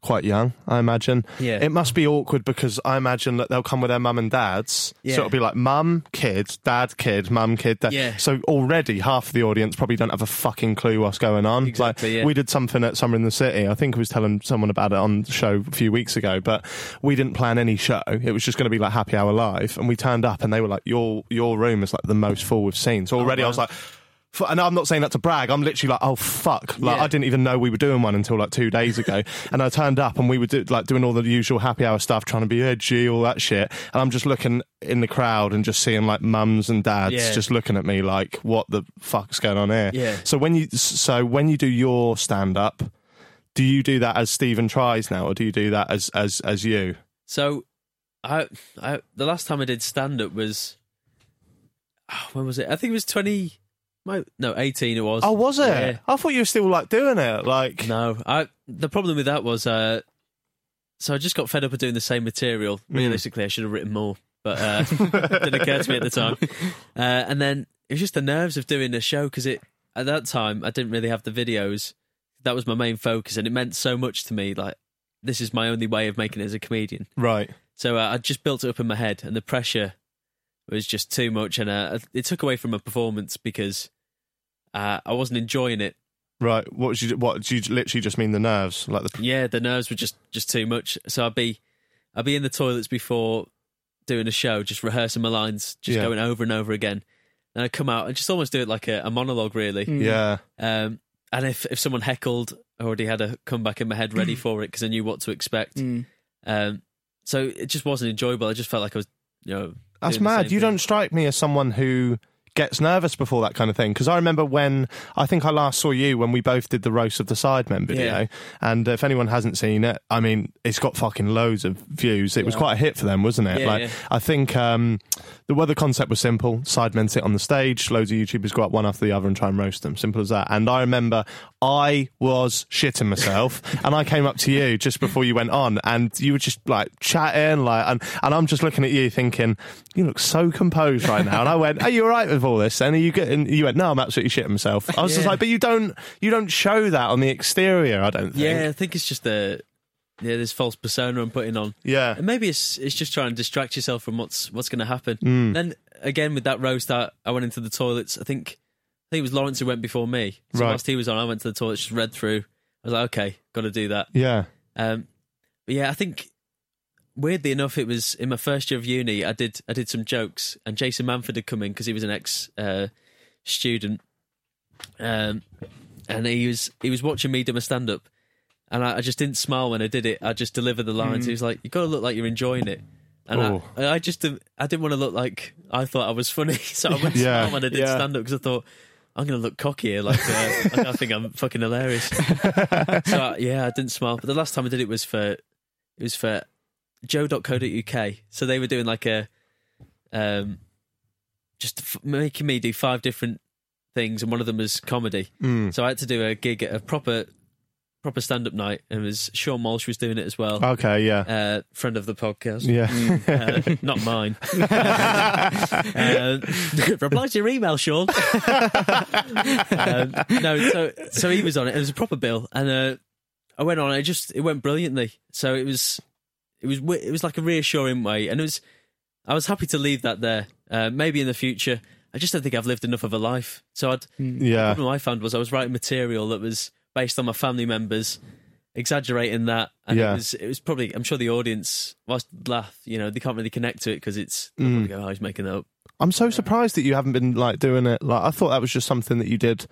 quite young, I imagine.
Yeah.
It must be awkward because I imagine that they'll come with their mum and dads.
Yeah.
So it'll be like mum, kid, dad, kid, mum, kid. Dad.
Yeah.
So already half the audience probably don't have a fucking clue what's going on.
Exactly,
like
yeah.
we did something at Summer in the City. I think I was telling someone about it on the show a few weeks ago, but we didn't plan any show. It was just going to be like happy hour live, and we turned up, and they were like, "Your your room is like the most full we've seen."
Oh,
So already I was like. f- And I'm not saying that to brag. I'm literally like, oh fuck! Like
Yeah.
I didn't even know we were doing one until like two days
<laughs>
ago. and I turned up and we were do, like doing all the usual happy hour stuff, trying to be edgy, all that shit. And I'm just looking in the crowd and just seeing like mums and dads
Yeah.
just looking at me like, what the fuck's going on here?
Yeah.
So when you so when you do your stand up, do you do that as Stephen tries now, or do you do that as as as you?
So, I, I the last time I did stand up was oh, when was it? I think it was twenty. My, no, eighteen. It was.
Oh, was it?
Yeah.
I thought you were still like doing it. Like,
No, I. The problem with that was, uh, so I just got fed up of doing the same material.
Hmm.
Realistically, I should have written more, but uh, didn't occur to me at the
<laughs>
time. Uh, and then it was just the nerves of doing the show because it at that time I didn't really have the videos. That was my main focus, and it meant so much to me. Like this is my only way of making it as a comedian.
right?
So uh, I just built it up in my head, and the pressure was just too much, and uh, it took away from my performance because uh, I wasn't enjoying it.
Right. What was you? What do you literally just mean the nerves? Like the
yeah, the nerves were just just too much. So I'd be I'd be in the toilets before doing a show, just rehearsing my lines, just
Yeah.
going over and over again. And I'd come out and just almost do it like a, a monologue, really.
yeah,
Um, and if if someone heckled, I already had a comeback in my head
<clears throat>
ready for it because I knew what to expect.
Mm.
Um, so it just wasn't enjoyable. I just felt like I was, you know,
that's
doing the
mad.
same thing.
You don't strike me as someone who gets nervous before that kind of thing. Because I remember when I think I last saw you when we both did the roast of the Sidemen video.
Yeah.
And if anyone hasn't seen it, I mean, it's got fucking loads of views. It was quite a hit for them, wasn't it?
Yeah,
like,
yeah.
I think um, the weather concept was simple. Sidemen sit on the stage, loads of YouTubers go up one after the other and try and roast them. Simple as that. And I remember I was
<laughs>
shitting myself, and I came up to you just before you went on, and you were just like chatting, like, and, and I'm just looking at you thinking, you look so composed right now. And I went, are you all right with all this? And you get, and you went, no, I'm absolutely shitting myself. I was just
Yeah.
like, but you don't, you don't show that on the exterior. I don't think.
Yeah, I think it's just the yeah this false persona I'm putting on.
Yeah. Mm.
and maybe it's it's just trying to distract yourself from what's what's going to happen. Then again with that roast, I, I went into the toilets. I think I think it was Lawrence who went before me. So
Right.
whilst he was on, I went to the toilets, just read through. I was like, okay, got to do that.
Yeah.
Um, but yeah, I think weirdly enough, it was in my first year of uni. I did I did some jokes, and Jason Manford had come in because he was an ex uh, student, um, and he was he was watching me do my stand up, and I, I just didn't smile when I did it. I just delivered the lines. He was like, "You got to look like you're enjoying it." And
Mm. Oh.
I, I just didn't- I didn't want to look like I thought I was funny, <laughs> so I went to
Yeah.
smile when I did
Yeah.
stand up because I thought I'm going to look cocky here, like uh, like I think I'm fucking hilarious. So I- yeah, I didn't smile. But the last time I did it was for it was for joe.co.uk. So they were doing like a um just f- making me do five different things and one of them was comedy. So I had to do a gig at a proper proper stand-up night and it was Sean Walsh was doing it as well.
Okay. Yeah.
uh friend of the podcast.
yeah.
Uh, <laughs> not mine. uh, reply to your email, Sean. um, no, so so he was on it. It was a proper bill, and uh, I went on. It just it went brilliantly. So it was it was wi- it was like a reassuring way, and it was I was happy to leave that there. Uh, maybe in the future, I just don't think I've lived enough of a life. So I'd
<laughs> yeah.
problem I found was I was writing material that was based on my family members, exaggerating that, and
Yeah.
it was it was probably I'm sure the audience whilst laugh, you know, they can't really connect to it because it's they'll probably go, oh, he's making that up.
I'm so surprised that you haven't been like doing it. Like I thought that was just something that you did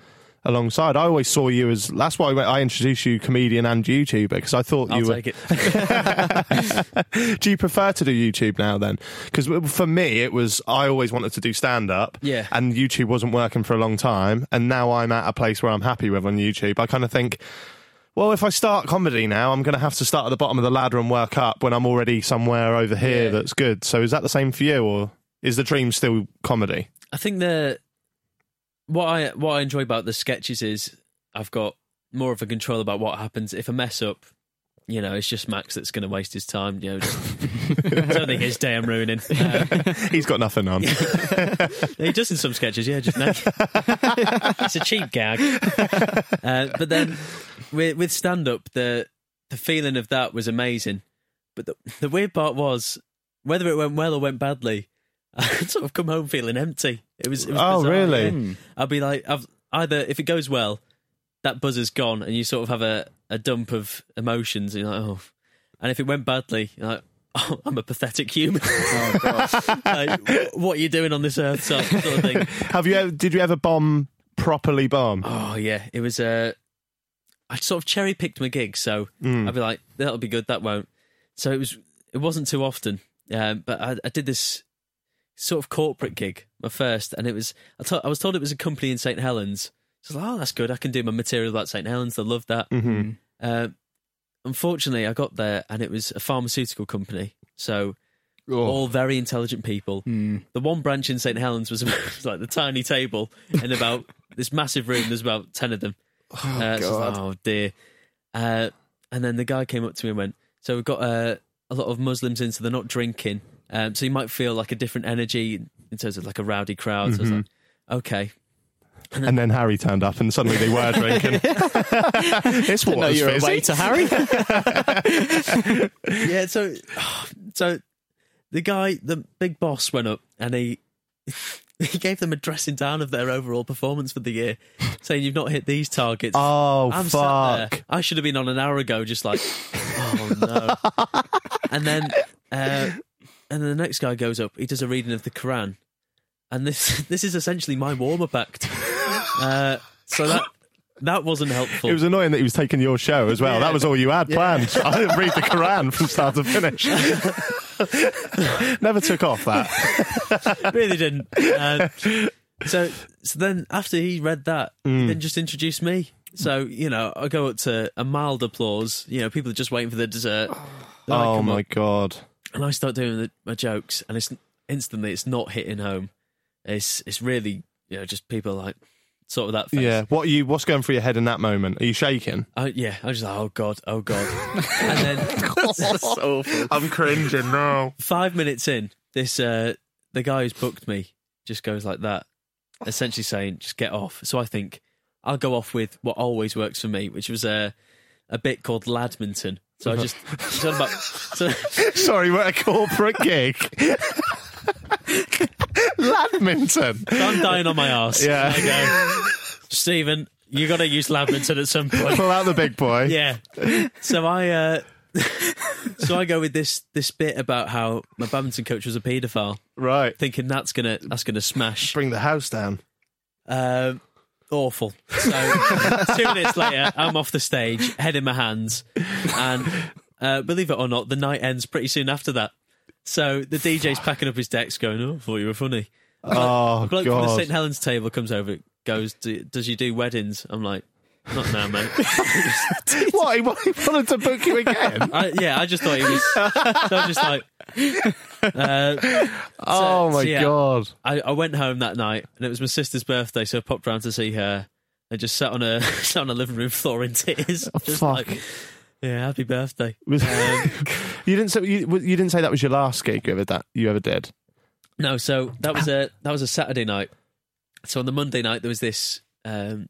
alongside. I always saw you as that's why I introduced you comedian and YouTuber because I thought
I'll
you were.
take it.
<laughs> do you prefer to do YouTube now then? Because for me, it was I always wanted to do stand up.
Yeah.
And YouTube wasn't working for a long time, and now I'm at a place where I'm happy with on YouTube. I kind of think. Well, if I start comedy now, I'm going to have to start at the bottom of the ladder and work up when I'm already somewhere over here
Yeah.
that's good. So, is that the same for you, or is the dream still comedy?
I think the what I what I enjoy about the sketches is I've got more of a control about what happens if I mess up. You know, it's just Max that's going to waste his time. You know, just, it's only his day I'm ruining. Um,
He's got
<laughs>
nothing on.
He does in some sketches, yeah. Just naked. it's a cheap
<laughs>
gag. Uh, but then with, with stand up, the the feeling of that was amazing. But the, the weird part was whether it went well or went badly. <laughs> I sort of come home feeling empty. It was. It was
Oh,
bizarre,
really?
yeah. I'd be like, I've either if it goes well, that buzzer's gone, and you sort of have a, a dump of emotions. And you're like, oh. And if it went badly, you're like, oh, I'm a pathetic human.
Oh,
<laughs> like, wh- what are you doing on this earth? Sort of sort of thing.
Have you? Ever, did you ever bomb properly? Bomb?
<laughs> Oh yeah, it was. Uh, I sort of cherry picked my gigs, so I'd be like, "That'll be good. That won't." So it was. It wasn't too often, um, but I, I did this sort of corporate gig, my first, and it was. I, to- I was told it was a company in St Helens. So I was like, "Oh, that's good. I can do my material about St Helens. They love that." Uh, unfortunately, I got there and it was a pharmaceutical company, so all very intelligent people. The one branch in St Helens was, <laughs> was like the tiny table in about <laughs> this massive room. There's about ten of them. Uh, so I was like, Oh, dear. Uh, and then the guy came up to me and went, "So we've got uh, a lot of Muslims in, so they're not drinking. Um, so you might feel like a different energy in terms of like a rowdy crowd." So I was like, "Okay,
And then Harry turned up, and suddenly they were
<laughs>
drinking. it's
No,
water's
you're a
fizzy. <laughs>
waiter, Harry.
yeah, so <sighs> so the guy, the big boss, went up and he <laughs> he gave them a dressing down of their overall performance for the year, saying you've not hit these targets.
Oh
I'm sat
fuck!
there. I should have been on an hour ago, just
<laughs>
like, oh no. and then uh, and then the next guy goes up. He does a reading of the Quran, and this <laughs> this is essentially my warm up
<laughs>
act. Uh, so that that wasn't helpful.
It was annoying that he was taking your show as well. That was all you had planned. I didn't read the Quran from start
<laughs>
to finish. Never took off that.
really didn't.
<laughs>
Uh, so, so then after he read that,
Mm.
he then just introduced me. So you know, I go up to a mild applause. You know, people are just waiting for their
<sighs>
dessert. Then I
Oh
come
my
up
god!
and I start doing the, my jokes, and it's instantly it's not hitting home. It's it's really you know just people like sort of that. Face.
Yeah, what are you? What's going through your head in that moment? Are
<laughs>
you shaking?
I, yeah. I was just like, oh god, oh god, and then
I'm cringing now.
five minutes in, this uh, the guy who's booked me just goes like that, essentially saying, "Just get off." So I think I'll go off with what always works for me, which was a a bit called Ladminton. So I just it's all about so, <laughs>
Sorry, we're at a corporate gig.
<laughs>
Ladminton.
I'm dying on my ass.
Yeah.
I go, Stephen, you got to use Lamington at some
<laughs>
point.
Pull out the big boy.
Yeah. So I, uh, <laughs> so I go with this this bit about how my badminton coach was a paedophile,
Right.
thinking that's gonna that's gonna smash.
Bring the house down.
Um, awful. So <laughs> two minutes later, I'm off the stage, head in my hands, and uh, believe it or not, the night ends pretty soon after that. So the DJ's packing up his decks, going, "Oh, I thought you were funny."
Oh,
bloke from the
God.
St Helens table comes over, goes, do, "Does you do weddings?" I'm like, "Not now, mate."
What? He wa- he wanted to book
<laughs>
you again?
I, yeah, I just thought he was. So I'm just like, uh,
oh,
so
my
yeah.
God.
I, I went home that night, and it was my sister's birthday, so I popped round to see her. And just sat on a <laughs> sat on a living room floor in tears, just
Oh, fuck.
like, yeah, happy birthday.
Was-
Um,
<laughs> you didn't say you, you didn't say that was your last gig you ever that you ever did.
No, so that was a that was a Saturday night. So on the Monday night there was this. Um,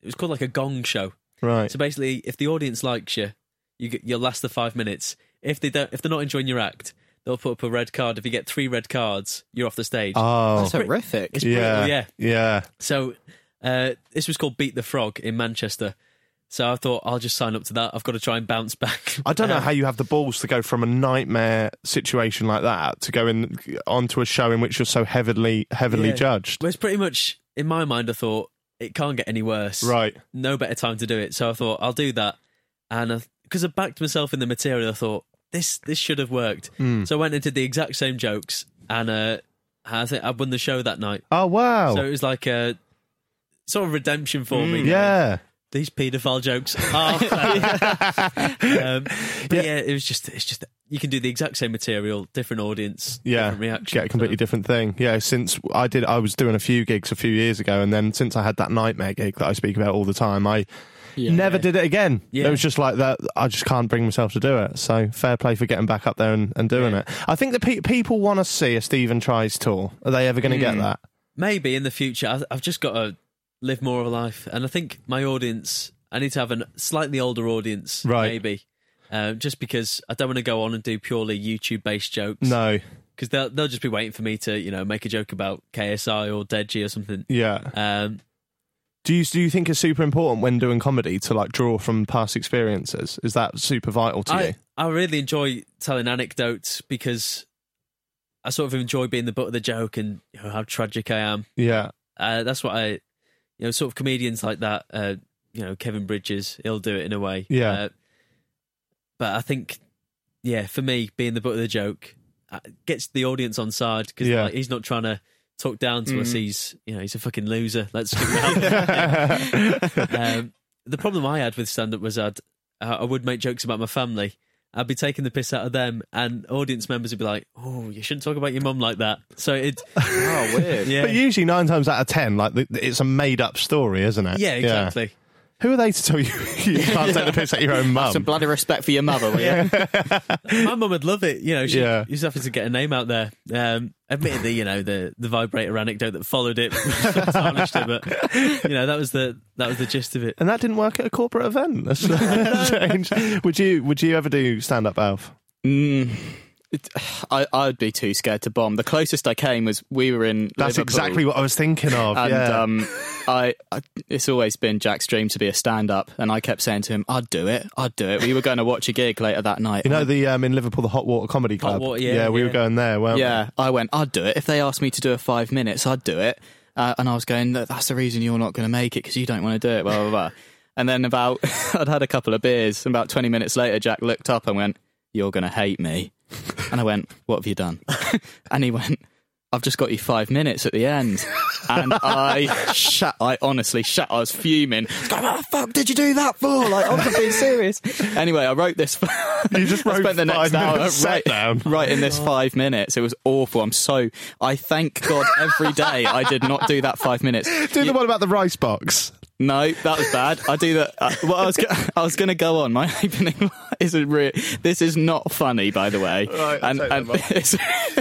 it was called like a gong show.
Right.
So basically, if the audience likes you, you get, you'll last the five minutes. If they don't, if they're not enjoying your act, they'll put up a red card. If you get three red cards, you're off the stage.
oh.
That's horrific.
It's
Yeah.
brutal, yeah.
Yeah.
So uh, this was called Beat the Frog in Manchester. So I thought I'll just sign up to that. I've got to try and bounce back.
<laughs>
Um,
I don't know how you have the balls to go from a nightmare situation like that to go in onto a show in which you're so heavily heavily
Yeah.
judged.
Well, it's pretty much in my mind. I thought it can't get any worse.
Right.
no better time to do it. So I thought I'll do that, and because I, backed myself in the material, I thought this this should have worked.
Hmm.
So I went and did the exact same jokes, and uh, I think I won the show that night.
Oh wow.
So it was like a sort of redemption for me.
yeah.
these paedophile
<laughs>
jokes are. funny. um, but yeah. it was just it's just you can do the exact same material, different audience,
Yeah.
different reaction,
Get a completely different thing. Yeah. Since I did, I was doing a few gigs a few years ago, and then since I had that nightmare gig that I speak about all the time, I never did it again.
Yeah.
It was just like that. I just can't bring myself to do it. So fair play for getting back up there and, and doing it. I think that pe- people want to see a Stephen Tries tour. Are they ever going to
Mm.
get that?
maybe in the future I- i've just got to live more of a life and i think my audience i need to have a slightly older audience
Right.
maybe um, just because i don't want to go on and do purely youtube based jokes
No.
because they'll, they'll just be waiting for me to you know make a joke about ksi or deji or something
Yeah.
um,
Do you do you think it's super important when doing comedy to like draw from past experiences? Is that super vital to you?
I, I really enjoy telling anecdotes because i sort of enjoy being the butt of the joke and you know, how tragic i am
Yeah.
uh, that's what I, you know, sort of comedians like that. Uh, you know, Kevin Bridges, he'll do it in a way.
Yeah.
Uh, but I think, yeah, for me, being the butt of the joke uh, gets the audience on side because
Yeah.
he's not trying to talk down to us. He's, you know, he's a fucking loser. Let's. give him
<laughs>
help. <laughs> um, the problem I had with stand up was I'd, I I would make jokes about my family. I'd be taking the piss out of them, and audience members would be like, "Oh, you shouldn't talk about your mum like that." So it,
Oh, weird.
yeah,
<laughs> But usually nine times out of ten, like the, it's a made up story, isn't it?
yeah, exactly.
Who are they to tell you <laughs> you can't take the piss at your own
Some
mum?
bloody respect for your mother, will you?
<laughs> my mum would love it. You know, she
Yeah.
just having to get a name out there. Um, admittedly, you know the the vibrator anecdote that followed it <laughs> tarnished it, but you know that was the that was the gist of it.
And that didn't work at a corporate event. <laughs> That's
<laughs>
strange. Would you would you ever do stand up, Alf?
Mm, it, I, I'd be too scared to bomb. The closest I came was we were in.
That's
Liverpool,
exactly what I was thinking of.
And
yeah. <laughs>
um, I, I, it's always been Jack's dream to be a stand-up, and I kept saying to him, "I'd do it. I'd do it." We were going to watch a gig later that night.
you know the um, in Liverpool the Hot Water Comedy Club.
Water, yeah,
we
yeah.
were going there. Weren't
yeah, I went, "I'd do it." If they asked me to do a five minutes, I'd do it. Uh, and I was going, "That- "That's the reason you're not going to make it because you don't want to do it." Blah blah <laughs> blah. And then about, <laughs> I'd had a couple of beers, and about twenty minutes later, Jack looked up and went, "You're going to hate <laughs> me." And I went, What have you done? <laughs> and he went, I've just got you five minutes at the end. And I <laughs> shut, I honestly shut, I was fuming. What the fuck did you do that for? Like, I'm being serious. <laughs> Anyway, I wrote this. <laughs>
You just
I
wrote
spent the
five
next hour
minutes, sat
right,
down.
in this
Oh.
five minutes. It was awful. I'm so, I thank God every day I did not do that five minutes.
<laughs> Do the one about the rice box.
No, that was bad. I do that. Uh, well, I was go- I was going to go on. My <laughs> opening is a re- This is not funny, by the way.
Right, I'll
and
take
and
them off.
<laughs> it's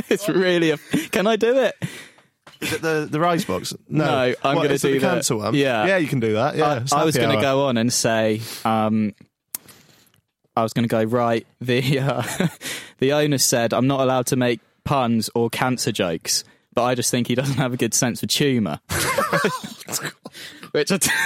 it's really. A- Can I do it?
Is it the the rice box? No,
No, I'm
What,
gonna
is it
do
the
that.
cancel one.
Yeah.
yeah, you can do that. Yeah,
I- I, was going to go on and say. Um, I was going to go right. <laughs> The uh, the owner said I'm not allowed to make puns or cancer jokes. but I just think he doesn't have a good sense of humour. <laughs> Which I t- <laughs>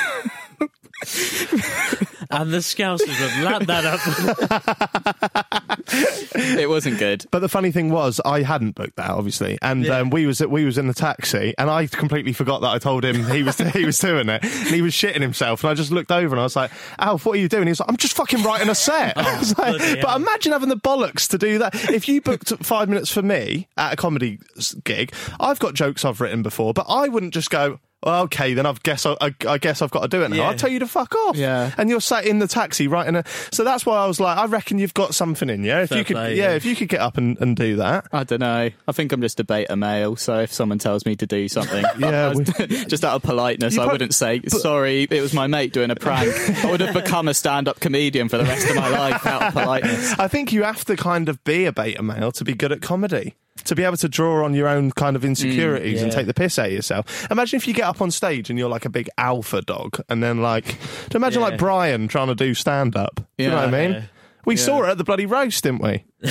And the Scousers have lapped that up. <laughs>
it wasn't good.
But the funny thing was, I hadn't booked that obviously, and um, we was we was in the taxi, and I completely forgot that I told him he was he was doing it, and he was shitting himself, and I just looked over and I was like, "Alf, what are you doing?" He was like, "I'm just fucking writing a set." <laughs> I was like,
Oh, bloody
but
hell.
imagine having the bollocks to do that. If you booked five minutes for me at a comedy s- gig, I've got jokes I've written before, but I wouldn't just go. Well, okay, then I guess I, I, I guess I've got to do it now.
Yeah.
I'll tell you to fuck off.
Yeah.
And you're sat in the taxi writing a. So that's why I was like, I reckon you've got something in you. If
Fair
you could,
play,
yeah,
yeah.
if you could get up and, and do that.
I don't know. I think I'm just a beta male, so if someone tells me to do something,
<laughs> Yeah,
<laughs> I- just out of politeness,
You
I
prob-
wouldn't say sorry. It was my mate doing a prank. I would have become a stand-up comedian for the rest of my life out of politeness. <laughs>
I think you have to kind of be a beta male to be good at comedy. To be able to draw on your own kind of insecurities and
Mm, yeah.
take the piss out of yourself. Imagine if you get up on stage and you're like a big alpha dog, and then like, to imagine
Yeah.
like Brian trying to do stand up. you know what I
Yeah.
mean?
Yeah.
We
Yeah.
saw it at the bloody roast,
<laughs>
didn't we? <laughs>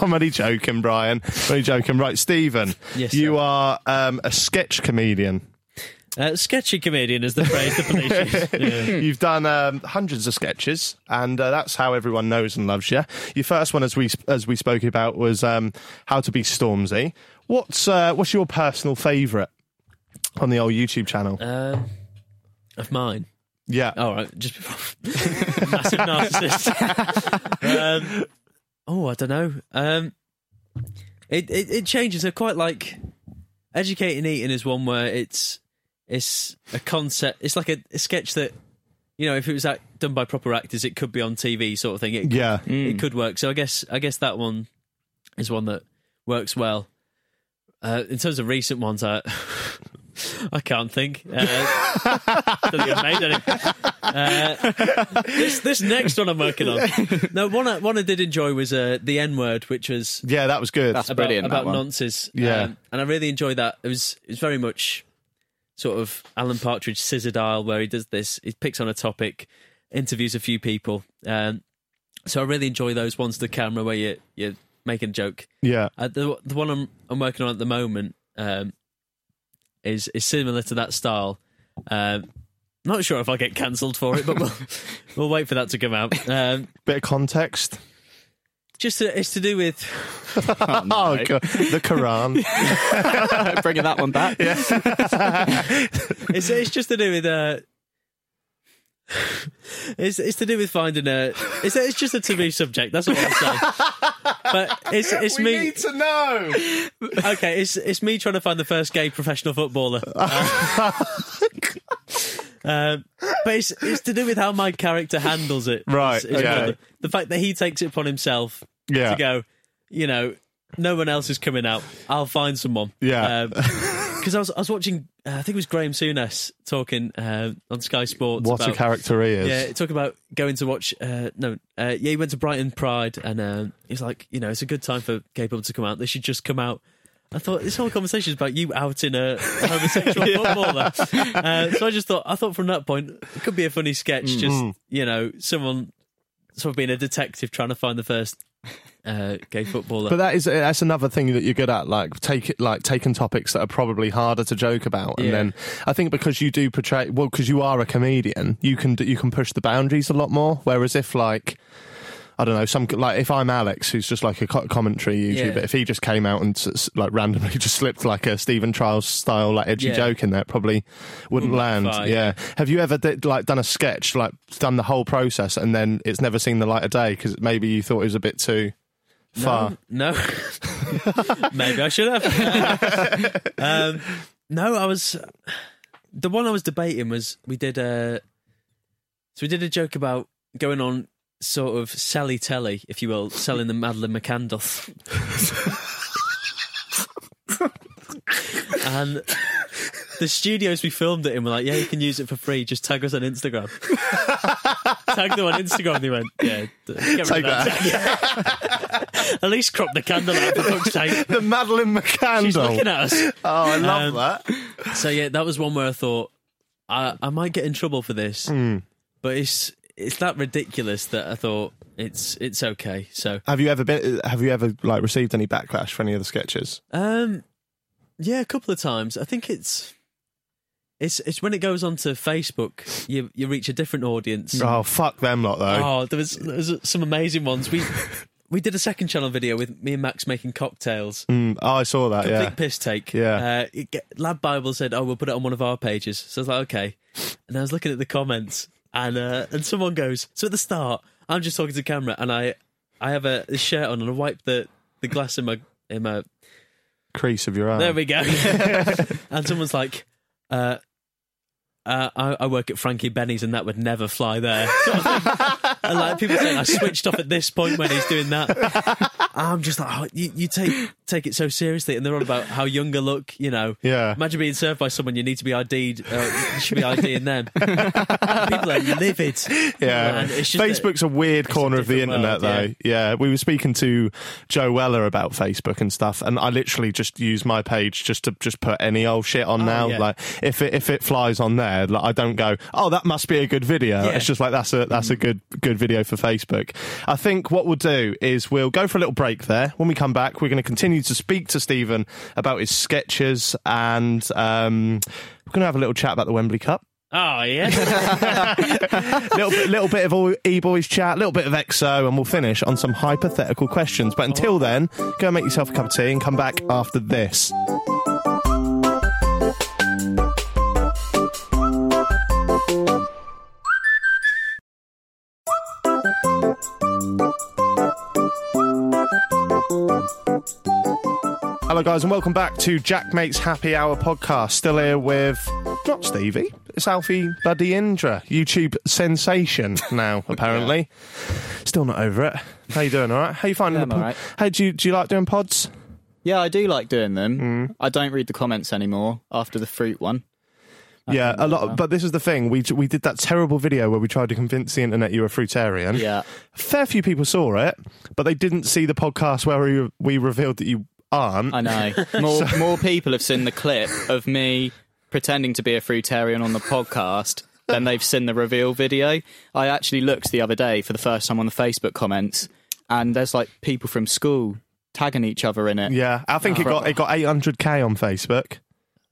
I'm only joking, Brian. I'm only joking. Right, Stephen,
Yes,
you
sir.
are um, a sketch comedian.
Uh, sketchy comedian is the phrase the police use. Yeah.
You've done um, hundreds of sketches, and uh, that's how everyone knows and loves you. Your first one, as we as we spoke about, was um, how to be Stormzy. What's uh, what's your personal favourite on the old YouTube channel?
<laughs> Um, of mine.
yeah,
<laughs> All right, just before <laughs> massive narcissist. um, oh, I don't know. Um, it, it it changes. I quite like educating eating is one where it's it's a concept. It's like a, a sketch that you know if it was act, done by proper actors, it could be on TV sort of thing. It,
yeah.
it could work. So I guess I guess that one is one that works well. Uh, in terms of recent ones, I <laughs> I can't think. Uh, <laughs> don't think I've made any. Uh, this this next one I'm working on. No one I, one I did enjoy was uh, the N word, which was
Yeah, that was good.
That's
about,
brilliant.
about
that one.
nonsense. Um,
Yeah.
and I really enjoyed that. It was it was very much sort of Alan Partridge scissored aisle where he does this. He picks on a topic, interviews a few people. Um, so I really enjoy those ones to the camera where you you're making a joke.
yeah,
Uh, the the one I'm I'm working on at the moment um, is is similar to that style. Um, not sure if I get cancelled for it, but we'll, <laughs> we'll wait for that to come out. Um,
bit
<laughs>
of context.
just to, it's to do with
Oh,
Oh,
no.
God. the
<laughs>
Quran.
bringing that one back.
it's, it's just to do with uh it's it's to do with finding a it's it's just a taboo subject that's all I'm saying but
<laughs>
it's it's me <laughs>
to know.
okay it's it's me trying to find the first gay professional
<laughs>
footballer Uh, um, but it's it's to do with how my character handles it
Right,
It's- it's
okay.
one of the- the fact that he takes it upon himself
Yeah.
to go you know no one else is coming out I'll find someone
Yeah.
because I was I was watching uh, I think it was Graham Souness talking uh, on Sky Sports
What a
about,
character he is.
yeah, talk about going to watch. Uh, no, uh, yeah, he went to Brighton Pride, and um, he's like, you know, it's a good time for gay people to come out. They should just come out. I thought this whole conversation is about you outing a
<laughs>
homosexual footballer. Uh, so I just thought, I thought from that point, it could be a funny sketch.
Mm-hmm.
Just you know, someone sort of being a detective trying to find the first uh, gay footballer.
But that is uh, that's another thing that you're good at, like take it like taking topics that are probably harder to joke about, and
Yeah.
then I think because you do portray well, because you are a comedian, you can you can push the boundaries a lot more. Whereas if like I don't know, some like if I'm Alex, who's just like a co- commentary YouTuber,
Yeah.
if he just came out and s- s- like randomly <laughs> just slipped like a Stephen Trials style like edgy
Yeah.
joke in there, it probably wouldn't land.
fine.
Yeah. Have you ever did, like done a sketch, like done the whole process, and then it's never seen the light of day because maybe you thought it was a bit too far?
No,
<laughs>
maybe I should have. um, no, I was. The one I was debating was we did a. So we did a joke about going on sort of Sally Telly, if you will, selling the Madeline McCandles. and the studios we filmed it in were like, yeah, you can use it for free. Just tag us on Instagram. tag them on Instagram. And they went, yeah, d- get rid of
Take
that.
that.
<laughs> At least crop the candle out for fuck's sake.
<laughs> the Madeline McCandle.
She's looking at us.
oh, I love
Um,
that.
So yeah, that was one where I thought I I might get in trouble for this, but it's it's that ridiculous that I thought it's it's okay. So
Have you ever been? Have you ever like received any backlash for any of the sketches?
um, Yeah, a couple of times. I think it's it's it's when it goes onto Facebook, you you reach a different audience.
Oh, fuck them lot, though.
Oh, there was there was some amazing ones. We we did a second channel video with me and Max making cocktails.
Mm, oh I saw that,
Complete
yeah.
piss take.
Yeah.
Uh, it get- Lab Bible said, "Oh, we'll put it on one of our pages." So I was like, "Okay," and I was looking at the comments, and uh, and someone goes, "So at the start, I'm just talking to the camera, and I I have a, a shirt on, and I wipe the the glass in my in my
Crease of your eye.
there we go.
<laughs>
<laughs> and someone's like, uh, uh, I, I work at Frankie Benny's and that would never fly there. <laughs> and like people saying, I switched off at this point when he's doing
<laughs>
that. I'm just like, oh, you, you take take it so seriously. And they're all about how young I look, you know.
Yeah.
Imagine being served by someone, you need to be ID'd, uh, you should be IDing them. people are livid.
<laughs> Yeah,
Uh, And it's just that-
Facebook's a weird corner of the
different
internet,
world,
though. Yeah. we were speaking to Joe Weller about Facebook and stuff, and I literally just use my page just to just put any old shit on now.
Oh, yeah.
Like if it if it flies on there, like I don't go, oh, that must be a good video.
Yeah.
It's just like that's a that's a good good video for Facebook. I think what we'll do is we'll go for a little break there. When we come back, we're going to continue to speak to Stephen about his sketches, and um, we're going to have a little chat about the Wembley Cup
Oh,
<laughs>
yeah.
little bit, little bit of all e-boys chat, little bit of EXO, and we'll finish on some hypothetical questions. But until then, go and make yourself a cup of tea and come back after this. Hello, guys, and welcome back to Jack Mate's Happy Hour podcast. Still here with not Stevie, it's Alfie Buddy Indra, YouTube sensation
<laughs>
now, apparently. Still not over it. How you doing? All right. How you finding
Yeah,
the pod?
I'm all right.
How do you do? You like doing pods?
Yeah, I do like doing them.
Mm.
I don't read the comments anymore after the fruit one.
yeah, a lot. But this is the thing. We we did that terrible video where we tried to convince the internet you were fruitarian.
Yeah.
Fair few people saw it, but they didn't see the podcast where we we revealed that you aren't.
I know. <laughs> More more people have seen the clip of me pretending to be a fruitarian on the podcast than they've seen the reveal video. I actually looked the other day for the first time on the Facebook comments, and there's like people from school tagging each other in it.
Yeah, I
Oh,
think it got it got 800k on Facebook,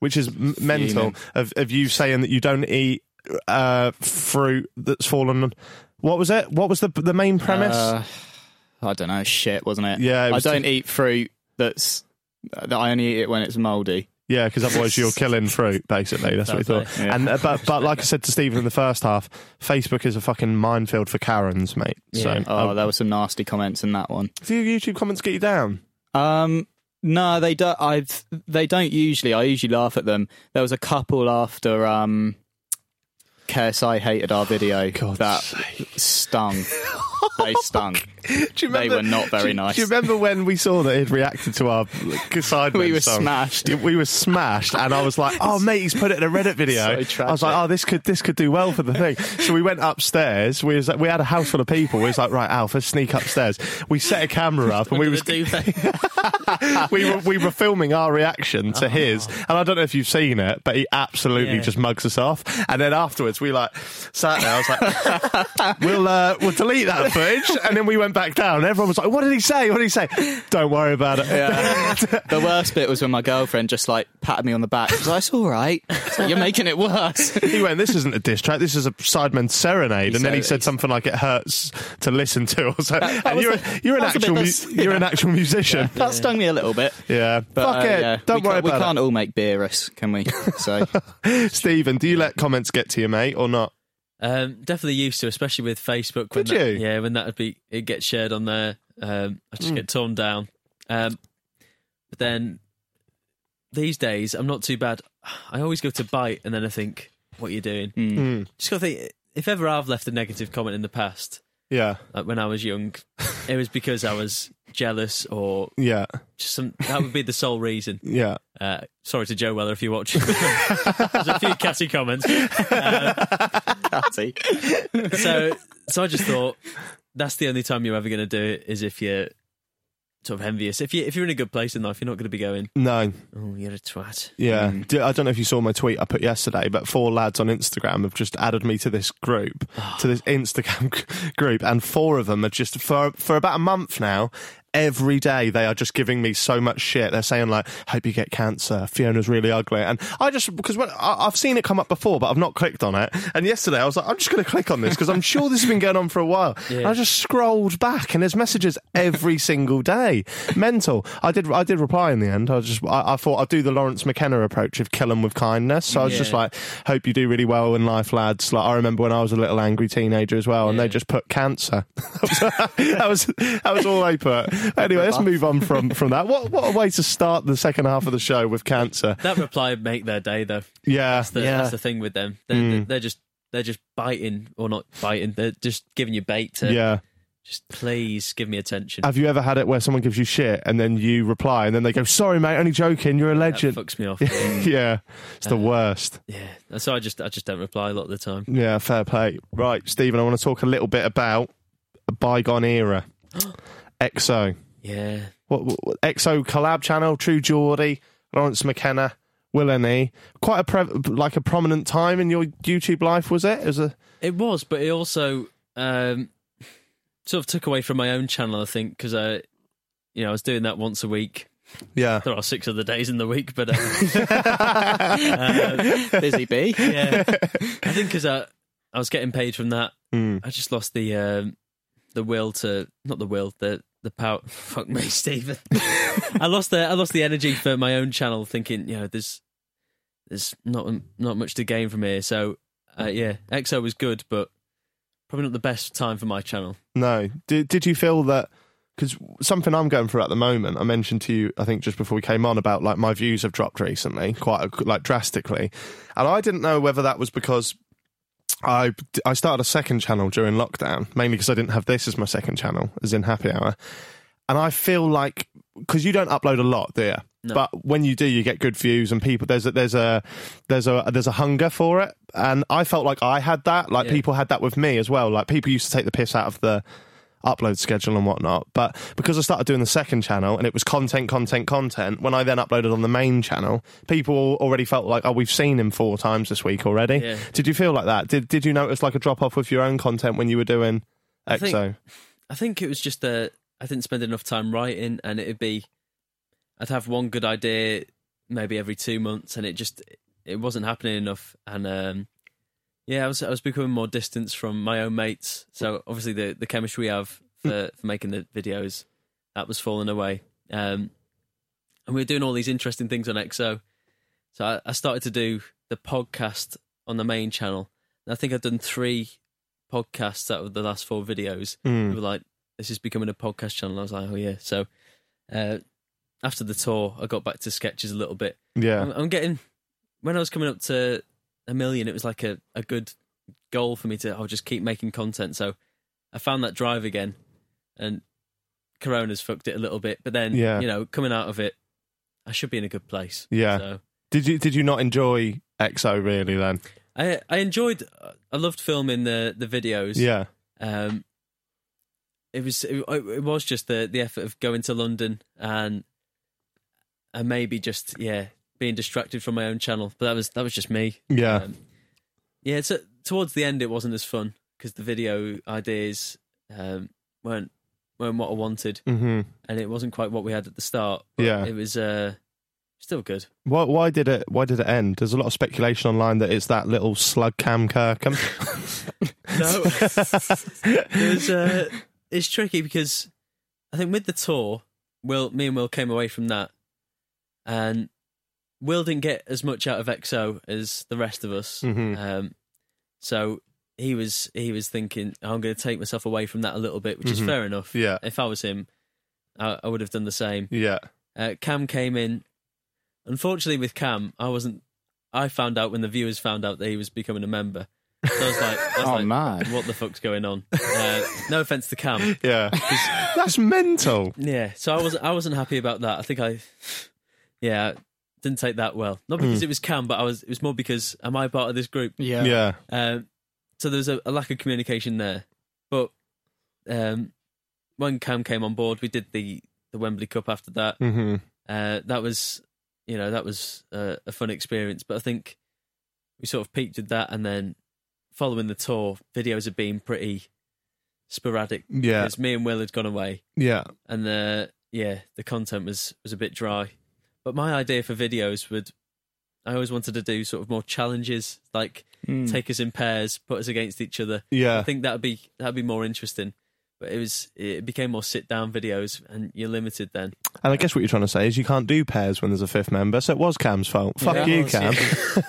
which is m- mental. Of of you saying that you don't eat uh, fruit that's fallen. on- What was it? What was the the main premise?
Uh, I don't know. Shit, wasn't it?
Yeah, it
I
was
don't
just-
eat fruit that's that I only eat it when it's mouldy.
Yeah, because otherwise you're
<laughs>
killing fruit. Basically, that's what we thought.
Fair
And uh, but but like I said to Stephen in the first half, Facebook is a fucking minefield for Karens, mate. So
Oh, there were some nasty comments in that one.
do your YouTube comments get you down?
Um, no, they don't. I they don't usually. I usually laugh at them. There was a couple after um, KSI hated
<sighs>
our video that stung.
<laughs>
they stung.
Do you
They were not very
do you-
nice.
Do you remember when we saw that he'd reacted to our like, sidemen
<laughs> We were
song?
smashed.
We were smashed, and I was like, "Oh, mate, he's put it in a Reddit video."
<laughs> So
I was like,
tragic.
"Oh, this could this could do well for the thing." So we went upstairs. We was, we had a house full of people. We was like, "Right, Alf, let's sneak upstairs." We set a camera up, and we was <laughs> we were, we were filming our reaction
Oh.
to his, and I don't know if you've seen it, but he absolutely
Yeah.
just mugs us off. And then afterwards, we like sat there. I was like, <laughs> "We'll uh, we'll delete that footage," and then we went back down. And everyone was like, "What did he say? What did he say?" Don't worry about it.
The worst bit was when my girlfriend just like patted me on the back. She was like, "It's all right. It's like, You're making it worse." <laughs>
He went, This isn't a diss track, this is a Sidemen serenade. and then he
said-
said something like, It hurts to listen to. Or so. and
was
you're,
the-
you're, an
that was the bit
actual,
that's-
mu- you're an actual musician. Yeah.
That stung me a little bit. But,
Fuck
uh,
it.
yeah,
Don't
we
worry
can't, We
about
can't all make beer us, can we? So
it. Stephen, do you let comments get to you, mate, or not?
Um, definitely used to, especially with Facebook. When
Did
that,
you? Hmm.
Yeah, when that would be it gets shared on there, um, I just get torn down. Um, but then these days, I'm not too bad. I always go to bite, and then I think, "What are you doing?"
Hmm.
Just got to think. If ever I've left a negative comment in the past,
Yeah.
like when I was
<laughs>
young, it was because I was jealous or
Yeah.
just some. That would be the sole reason.
Yeah.
Uh, sorry to Joe Weller if you're watching. <laughs> There's a few catty comments.
Patty.
so so I just thought that's the only time you're ever going to do it is if you're sort of envious. If you if you're in a good place in life, you're not going to be going,
No.
"Oh, you're a twat."
Yeah. Do- I don't know if you saw my tweet I put yesterday, but four lads on Instagram have just added me to this <laughs> group, to this Instagram g- group, and four of them are just for for about a month now. every day they are just giving me so much shit. They're saying like, "Hope you get cancer." Fiona's really ugly, and I just because when, I, I've seen it come up before, but I've not clicked on it. And yesterday I was like, "I'm just going to click on this because I'm sure this has been going on for
<laughs>
a while." And I just scrolled back, and there's messages every single day. Mental. I did. I did reply in the end. I was just. I, I thought I'd do the Lawrence McKenna approach of kill 'em with kindness. So I was just
Yeah.
like, "Hope you do really well in life, lads." Like I remember when I was a little angry teenager as well, and
Yeah.
they just put cancer. <laughs> that was that was all they put. Anyway, let's move on from from that. What what a way to start the second half of the show with cancer.
That reply would make their day, though.
Yeah, Hmm.
That's the, that's the thing with them. They're, they're just they're just biting or not biting. They're just giving you bait to
yeah.
just please give me attention.
Have you ever had it where someone gives you shit and then you reply and then they go, "Sorry, mate, only joking. You're a
that
legend." <laughs>
fucks me off.
yeah, it's
Uh,
the worst.
yeah, so I just I just don't reply a lot of the time.
Yeah, fair play. Right, Stephen, I want to talk a little bit about a
<gasps>
bygone era. EXO.
Yeah,
what, what- what- EXO collab channel, True Geordie, Lawrence McKenna, Will and E. Quite a pre- like a prominent time in your YouTube life, was it? As a
It was, but it also um, sort of took away from my own channel, I think, because I, you know, I was doing that once a week.
yeah,
There are six other days in the week, but uh,
<laughs>
Busy bee.
yeah, I think because I, I was getting paid from that, I just lost the um, the will to not the will the the power. <laughs> Fuck me, Stephen. I lost the I lost the energy for my own channel, thinking you know there's there's not not much to gain from here. So uh, yeah, EXO was good, but probably not the best time for my channel.
no. Did did you feel that? Because something I'm going through at the moment, I mentioned to you, I think just before we came on about like my views have dropped recently, quite a- like drastically, and I didn't know whether that was because I I started a second channel during lockdown, mainly because I didn't have this as my second channel, as in Happy Hour. And I feel like because you don't upload a lot, do you? But when you do, you get good views and people. There's a there's a there's a there's a hunger for it, and I felt like I had that. Like
Yeah.
people had that with me as well. Like people used to take the piss out of the upload schedule and whatnot. But because I started doing the second channel and it was content, content, content. When I then uploaded on the main channel, people already felt like, oh, we've seen him four times this week already.
Yeah.
Did you feel like that? Did Did you notice like a drop off with your own content when you were doing EXO?
think- I think it was just that I didn't spend enough time writing, and it'd be I'd have one good idea maybe every two months, and it just it wasn't happening enough. And um, yeah, I was I was becoming more distance from my own mates. So obviously the the chemistry we have for, for making the videos that was falling away. Um, and we were doing all these interesting things on EXO. So I, I started to do the podcast on the main channel. And I think I've done three podcasts out of the last four videos.
Hmm.
We were like, this is becoming a podcast channel. I was like, oh yeah. So uh, after the tour, I got back to sketches a little bit. I'm,
Yeah.
I'm getting, when I was coming up to a million, it was like a, a good goal for me to, I'll just keep making content. So I found that drive again and Corona's fucked it a little bit. But then,
Yeah.
you know, coming out of it, I should be in a good place.
Yeah.
So
Did you Did you not enjoy EXO really then?
I, I enjoyed, I loved filming the, the videos.
Yeah.
Um, it was it, it was just the the effort of going to London and and maybe just yeah being distracted from my own channel, but that was that was just me.
Yeah.
Um, yeah. So towards the end, it wasn't as fun because the video ideas um, weren't weren't what I wanted,
hmm
and it wasn't quite what we had at the start.
Yeah.
It was uh, still good.
Why, why did it Why did it end? There's a lot of speculation online that it's that little slug Cam Kirkham.
No, <laughs> it was. Uh, it's tricky because I think with the tour, Will, me and Will came away from that, and Will didn't get as much out of EXO as the rest of us. Um, so he was he was thinking, "Oh, I'm going to take myself away from that a little bit, which is fair enough.
Yeah.
If I was him, I, I would have done the same.
yeah.
Uh, Cam came in. Unfortunately, with Cam, I wasn't. I found out when the viewers found out that he was becoming a member. So I was like, I was
<laughs> Oh,
like,
man.
what the fuck's going on?
<laughs>
Uh, no offense to Cam.
Yeah. That's mental.
Yeah, so I wasn't. I wasn't happy about that. I think I, yeah, didn't take that well. Not because it was Cam, but I was. It was more because am I part of this group?
Yeah.
Yeah.
Um, so there was a, a lack of communication there. But um, when Cam came on board, we did the the Wembley Cup after that.
hmm
uh, that was you know that was uh, a fun experience but i think we sort of peaked at that and then following the tour videos have been pretty sporadic.
Yeah.
because me and Will had gone away,
Yeah.
and the yeah the content was was a bit dry. But my idea for videos would, I always wanted to do sort of more challenges, like take us in pairs, put us against each other.
Hmm. Yeah.
I think that'd be that'd be more interesting. But it was it became more sit down videos, and you're limited then.
And I guess what you're trying to say is you can't do pairs when there's a fifth member, so it was Cam's fault. Fuck
Yeah.
you,
It was,
Cam.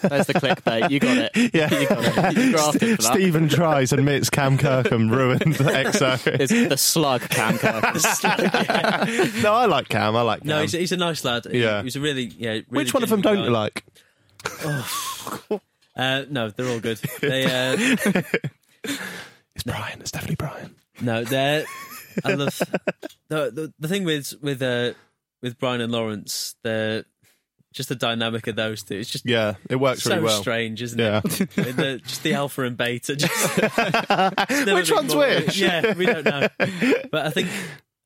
There's the clickbait. You got
<laughs>
it.
Yeah.
You got it. You grafted for that.
Stephen tries, admits Cam Kirkham ruined EXO.
It's the slug Cam Kirk.
<laughs> no, I like Cam. I like Cam.
No, he's, he's a nice lad. He,
Yeah.
he was a really yeah. Really
Which one of them don't
genuine
you
guy.
like?
Uh, no, they're all
<laughs>
good. They uh,
It's Brian. It's definitely Brian.
no, they're. I
<laughs>
love the, the the thing with with uh, with Brian and Lawrence. They're just the dynamic of those two. It's just
Yeah, it works
so
really well.
strange, isn't <laughs>
Yeah.
it? I mean, the- just the alpha and beta.
<laughs>
Just, <laughs> It's never
Which
been
one's which?
Yeah, we don't
<laughs>
know. But I think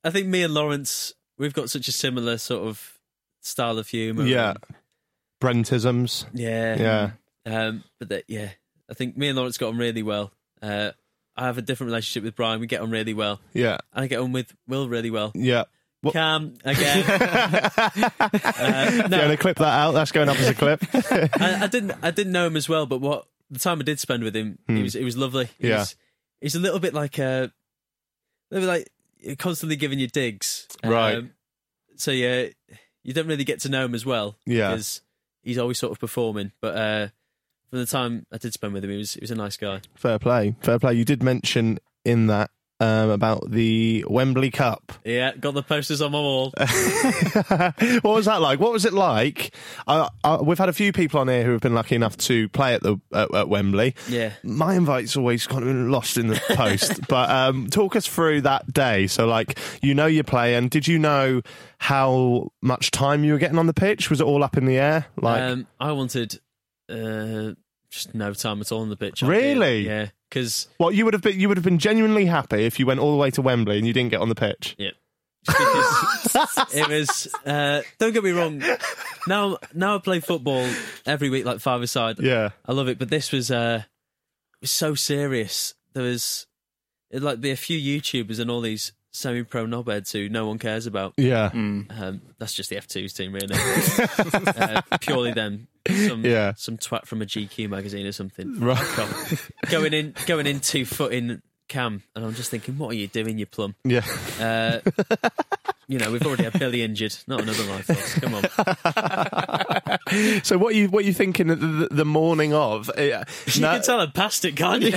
I think me and Lawrence, we've got such a similar sort of style of humour.
Yeah. Brentisms.
Um, Yeah.
Yeah.
Um, but that, yeah, I think me and Lawrence got on really well. Uh, I have a different relationship with Brian. We get on really well.
Yeah.
And I get on with Will really well.
Yeah. What-
Cam
<laughs>
again. Uh,
Yeah,
no,
they clip that out. That's going up as
<laughs>
a clip. <laughs>
I, I didn't. I didn't know him as well. But what the time I did spend with him, he was. It was lovely. He
Hmm. Yeah.
was, he's a little bit like uh, a, little bit like constantly giving you digs. Um,
Right.
so yeah, you don't really get to know him as well.
Yeah.
Because he's always sort of performing. But uh, from the time I did spend with him, he was he was a nice guy.
Fair play. Fair play. You did mention in that um, about the Wembley Cup. <laughs>
Yeah, got the posters on my wall.
what was that like? What was it like? I, I, we've had a few people on here who have been lucky enough to play at the at, at Wembley.
Yeah.
My invite's always kind of been
<laughs>
lost in the post. but um, talk us through that day. So, like, you know you're playing. Did you know how much time you were getting on the pitch? Was it all up in the air? Like,
um, I wanted uh, just no time at all on the pitch.
Really?
Yeah. Because
what you would have been? You would have been genuinely happy if you went all the way to Wembley and you didn't get on the pitch.
Yeah.
<laughs>
Because it was. Uh, don't get me wrong. Now, now I play football every week, like five aside.
Yeah.
I love it. But this was uh, it was so serious. There was it'd like be a few YouTubers and all these semi-pro knobheads who no one cares about.
Yeah.
Um, that's just the F2's team, really. <laughs> uh, purely them. Some,
Yeah.
some twat from a GQ magazine or something.
Right.
Come- going in, going in two foot in cam, and I'm just thinking, what are you doing, you plum?
Yeah.
Uh, you know, we've already had Billy injured. Not another life loss. Come
<laughs>
on.
<laughs> So what you what you thinking the- the, the morning of? <laughs> Uh,
You
no-
can tell I'm past it, can't you?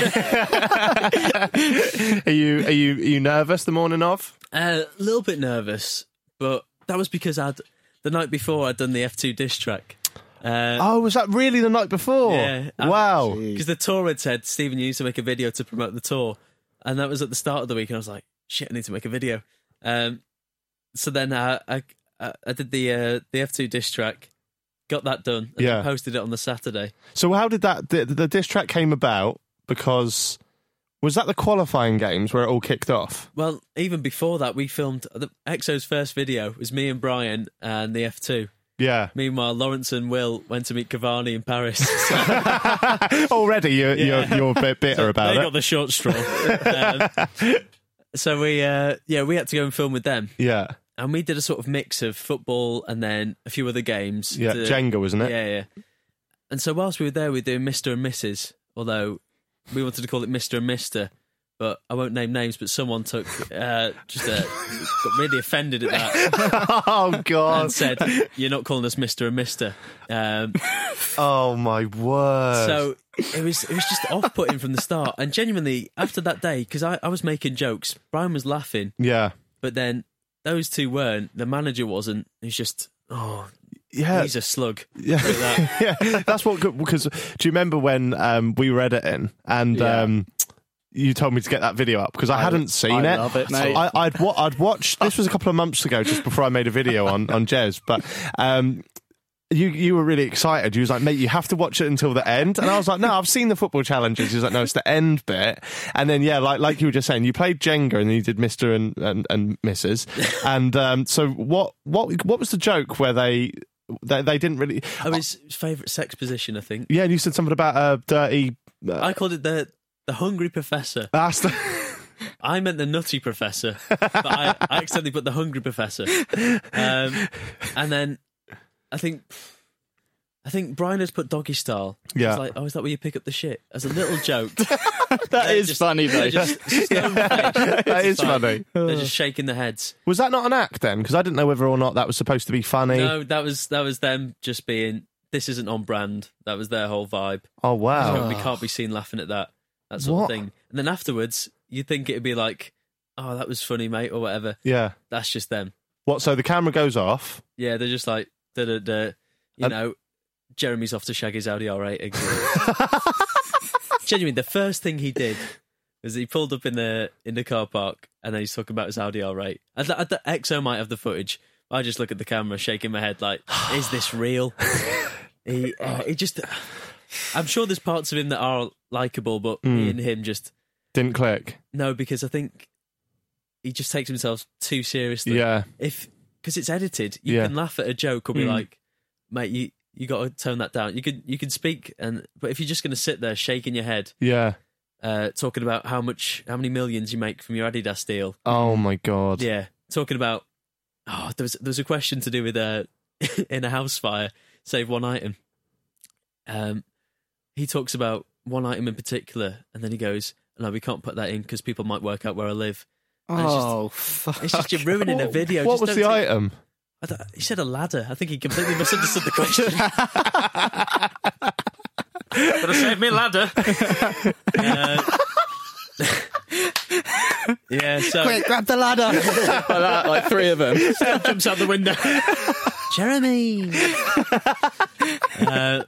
are you are you are you nervous the morning of?
<laughs> Uh, A little bit nervous, but that was because I'd the night before I'd done the F2 diss track. Uh,
Oh, was that really the night before?
Yeah. uh,
wow.
Because the tour had said, Stephen, you need to make a video to promote the tour. And that was at the start of the week. And I was like, shit, I need to make a video. Um, so then I, I, I I did the uh, the F2 diss track, got that done, and
Yeah.
posted it on the Saturday.
So how did that the, the diss track came about? Because was that the qualifying games where it all kicked off?
Well, even before that, we filmed the EXO's first video was me and Brian and the F2.
Yeah.
Meanwhile, Lawrence and Will went to meet Cavani in Paris. So
<laughs> Already you, you're you're
<laughs>
a bit bitter
they
about it.
got the short
<laughs>
straw. um, so we, uh, yeah, we had to go and film with them,
yeah.
and we did a sort of mix of football and then a few other games.
Yeah.
to-
Jenga, wasn't it?
Yeah, yeah. And so whilst we were there, we were doing Mister and Mrs. Although we wanted to call it Mister and Mister, but I won't name names. But someone took uh, just uh got really offended at that.
<laughs> <laughs> oh god.
and said, "You're not calling us Mister and Mister." Um,
<laughs> Oh my word.
so it was it was just off-putting from the start. And genuinely, after that day, because I, I was making jokes, Brian was laughing,
yeah.
but then those two weren't. The manager wasn't. It was just, oh,
Yeah.
he's a slug.
<laughs> Yeah. yeah, that's what. Because do you remember when um, we were editing and
Yeah.
um, you told me to get that video up because I, hadn't seen
I
it.
love it, mate.
I, I'd wa- I'd watched. This was a couple of months ago, just before I made a video on on Jez, but. Um, you, you were really excited. You was like, mate, you have to watch it until the end. And I was like, no, I've seen the football challenges. He was like, no, it's the end bit. And then yeah, like like you were just saying, you played Jenga and then you did Mister and, and and
<laughs>
Mrs. And um, so what what what was the joke where they they, they didn't really?
Oh, his favourite sex position, I think.
Yeah, and you said something about uh, dirty. Uh,
<laughs> I called it the the hungry professor.
that's the-
I meant the nutty professor, but I, I accidentally put the hungry professor. Um, and then I think I think Brian has put doggy style.
Yeah.
It's like, oh, is that where you pick up the shit? As a little
<laughs>
joke.
That is
just-
funny though.
They're
<laughs>
just stone-faced.
That is
It's fine.
funny.
They're just shaking their heads.
Was that not an act then? Because I didn't know whether or not that was supposed to be funny.
No, that was that was them just being. This isn't on brand. That was their whole vibe.
Oh
So
wow!
we can't be seen laughing at that. That sort
What?
of thing. And then afterwards, you'd think it'd be like, oh, that was funny, mate, or whatever.
Yeah.
That's just them.
What? So the camera goes off.
Yeah, they're just like, da da da. You
Um,
know, Jeremy's off to shag his Audi R8 exhaust. Genuinely, the first thing he did was he pulled up in the in the car park, and then he's talking about his Audi R8. I th- I th- XO might have the footage. I just look at the camera, shaking my head, like, "Is this real?" he uh, he just. I'm sure there's parts of him that are likable, but me and him just
Didn't click.
no, because I think he just takes himself too seriously
Yeah.
if because it's edited, you
Yeah. Hmm.
can laugh at a joke or be like, "Mate, you you got to tone that down." You can you can speak, and but if you're just going to sit there shaking your head,
Yeah.
uh, talking about how much how many millions you make from your Adidas deal,
Oh my god.
yeah, talking about oh, there was there was a question to do with uh, <laughs> in a house fire, save one item. Um, he talks about one item in particular, and then he goes, "No, we can't put that in because people might work out where I live." And it's just-
oh, fuck.
It's just you're ruining a video.
What
Just
was
don't
the
take-
item?
I don't- he said a ladder. I think he completely misunderstood the
<laughs>
question. but I saved me a
<laughs>
ladder. Uh, yeah, so
Quick, grab the ladder. <laughs> like, that, like three of them.
<laughs> jumps out the window. Jeremy. <laughs> uh,